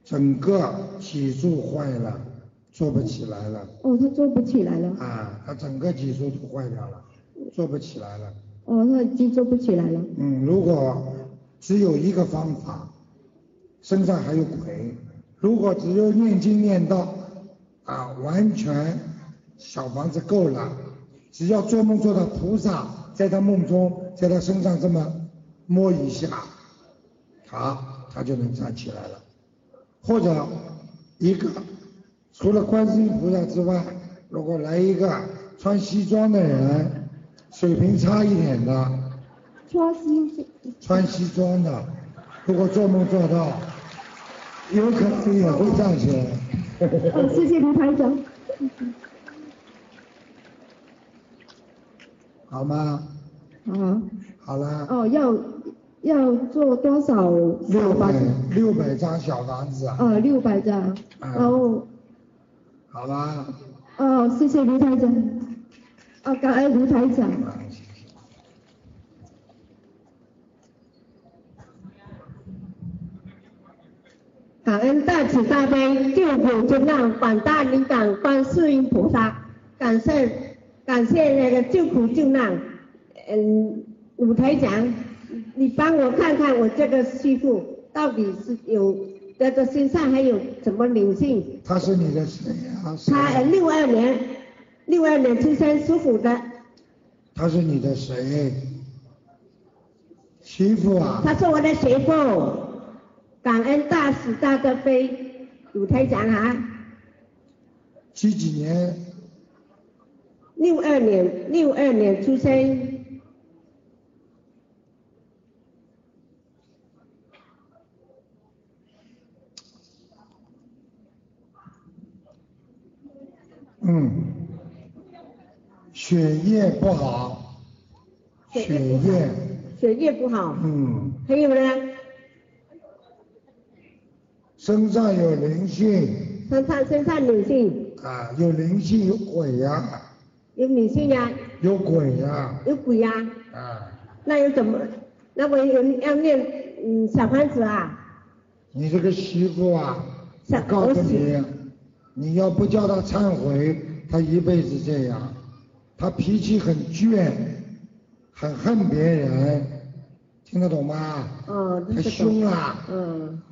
整个脊柱坏了，坐不起来了哦，他坐不起来了，啊，他整个脊柱都坏掉了，坐不起来了。哦，他已经坐不起来了。嗯，如果只有一个方法，身上还有鬼，如果只有念经念到啊，完全小房子够了，只要做梦做到菩萨在他梦中在他身上这么摸一下，好，他就能站起来了。或者一个除了观世音菩萨之外，如果来一个穿西装的人，水平差一点的，穿西穿西装的，如果做梦做到，有可能也会站起来。哦，谢谢卢台长。好吗？好，好啦，哦，要要做多少六小百房啊子？六百张小房子啊，呃，六百张。哦然后，好啦，哦，谢谢卢台长。哦啊，感恩卢台长。感恩大慈大悲救苦救难广大灵感观世音菩萨，感谢感谢那个救苦救难，嗯，舞台长，嗯你帮我看看我这个师傅到底是有这个身上还有什么灵性？他是你的谁啊？谁他六二年，六二年出生属虎的，他是你的谁？媳妇啊？他是我的媳妇，感恩大慈大的悲舞台长啊，几几年？六二年六二年出生。嗯，血液不好，血液，血液不好，嗯，还有呢，身上有灵性身上身上女性啊，有灵性有鬼啊呀、有女性呀，有鬼呀、有鬼呀，啊，那又怎么？那我有要念嗯小房子啊，你这个媳妇啊，我小告诉儿你，你要不叫她忏悔，她一辈子这样，她脾气很倔，很恨别人，听得懂吗？哦，太凶了，嗯。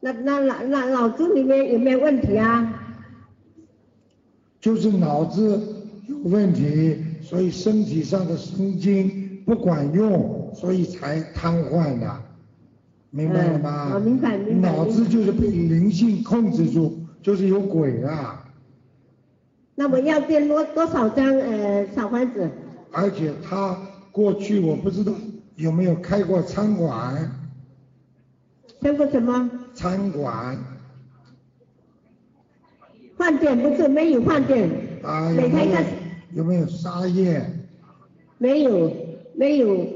那那那那脑子里面有没有问题啊？就是脑子有问题，所以身体上的神经不管用，所以才瘫痪的，明白了吗？嗯我明白明白脑子就是被灵性控制住，就是有鬼啊，那我要变多多少张呃小房子？而且他过去我不知道有没有开过餐馆。开过什么？餐馆饭店不是没有饭店，啊，有没开没有过，有没有沙叶？没有没有，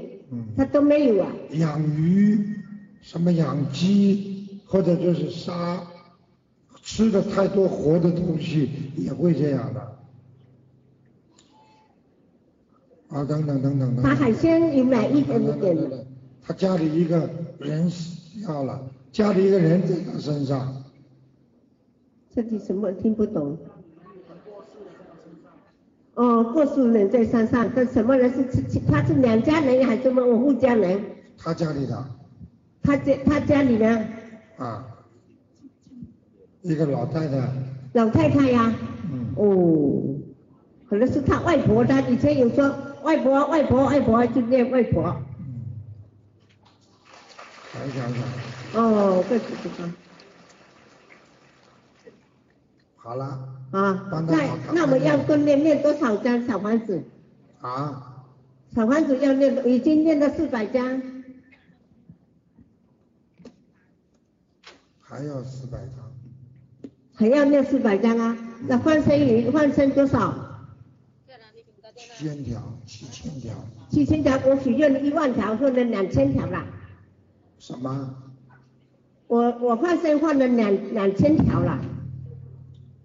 他都没有啊。嗯养鱼，什么养鸡，或者就是杀，吃的太多活的东西也会这样的。啊，等等等等等他海等，鲜有买一点点的。他家里一个人死掉了，家里一个人在他身上，这里什么听不懂？哦，过世人在山上，但什么人是是是他是两家人还是什么我户家人？他家里的他家他家里呢，啊，一个老太太，老太太呀、嗯，哦，可能是他外婆，他以前有说外婆外婆外婆就念外婆。想一想想，哦，这是什好了。么啊？帮他那那我要多念念多少张小房子？啊，小房子要念，已经念了四百张。还要四百张，还要念四百张啊？那放生鱼放生多少？七千条，七千条，七千条，我许愿一万条，或者两千条啦。什么？我我放生放了两两千条啦，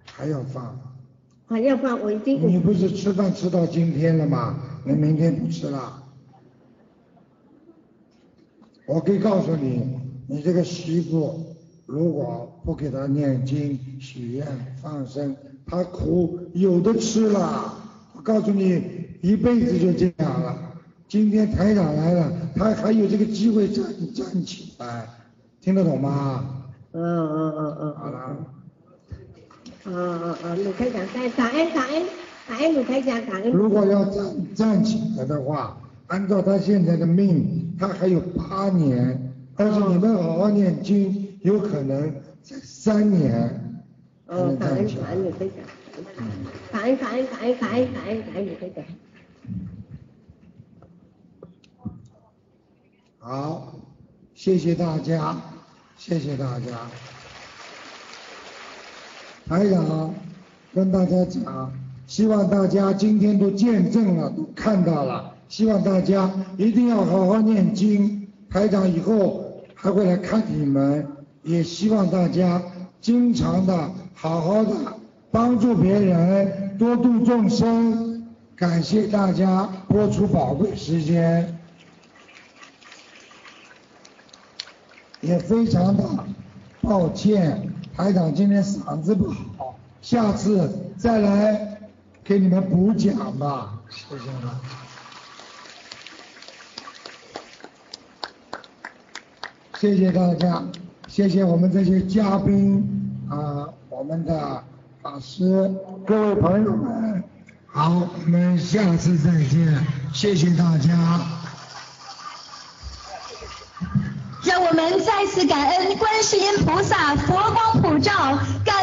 还要放？还要放，我已经你不是吃饭吃到今天了吗？那明天不吃了？我可以告诉你，你这个媳妇如果不给她念经、许愿、放生，她苦有的吃了。我告诉你，一辈子就这样了。今天台长来了，她还有这个机会站站起来，听得懂吗？嗯嗯嗯嗯。好了，嗯嗯嗯，鲁台长，感感恩感恩感恩鲁台长，感恩。如果要站站起来的话，按照她现在的命，她还有八年。但是你们好好念经，有可能在三年才哦能，感站恩起感来。恩鲁台长，感恩感恩感恩感恩感恩感恩鲁台长。好，谢谢大家，谢谢大家。台长跟大家讲，希望大家今天都见证了，都看到了，希望大家一定要好好念经。台长以后还会来看你们，也希望大家经常的好好的帮助别人，多度众生。感谢大家播出宝贵时间。也非常的抱歉，台长今天嗓子不好，下次再来给你们补讲吧，谢谢了。谢谢大家，谢谢我们这些嘉宾啊、我们的法师，各位朋友们，好，我们下次再见，谢谢大家。让我们再次感恩观世音菩萨佛光普照，感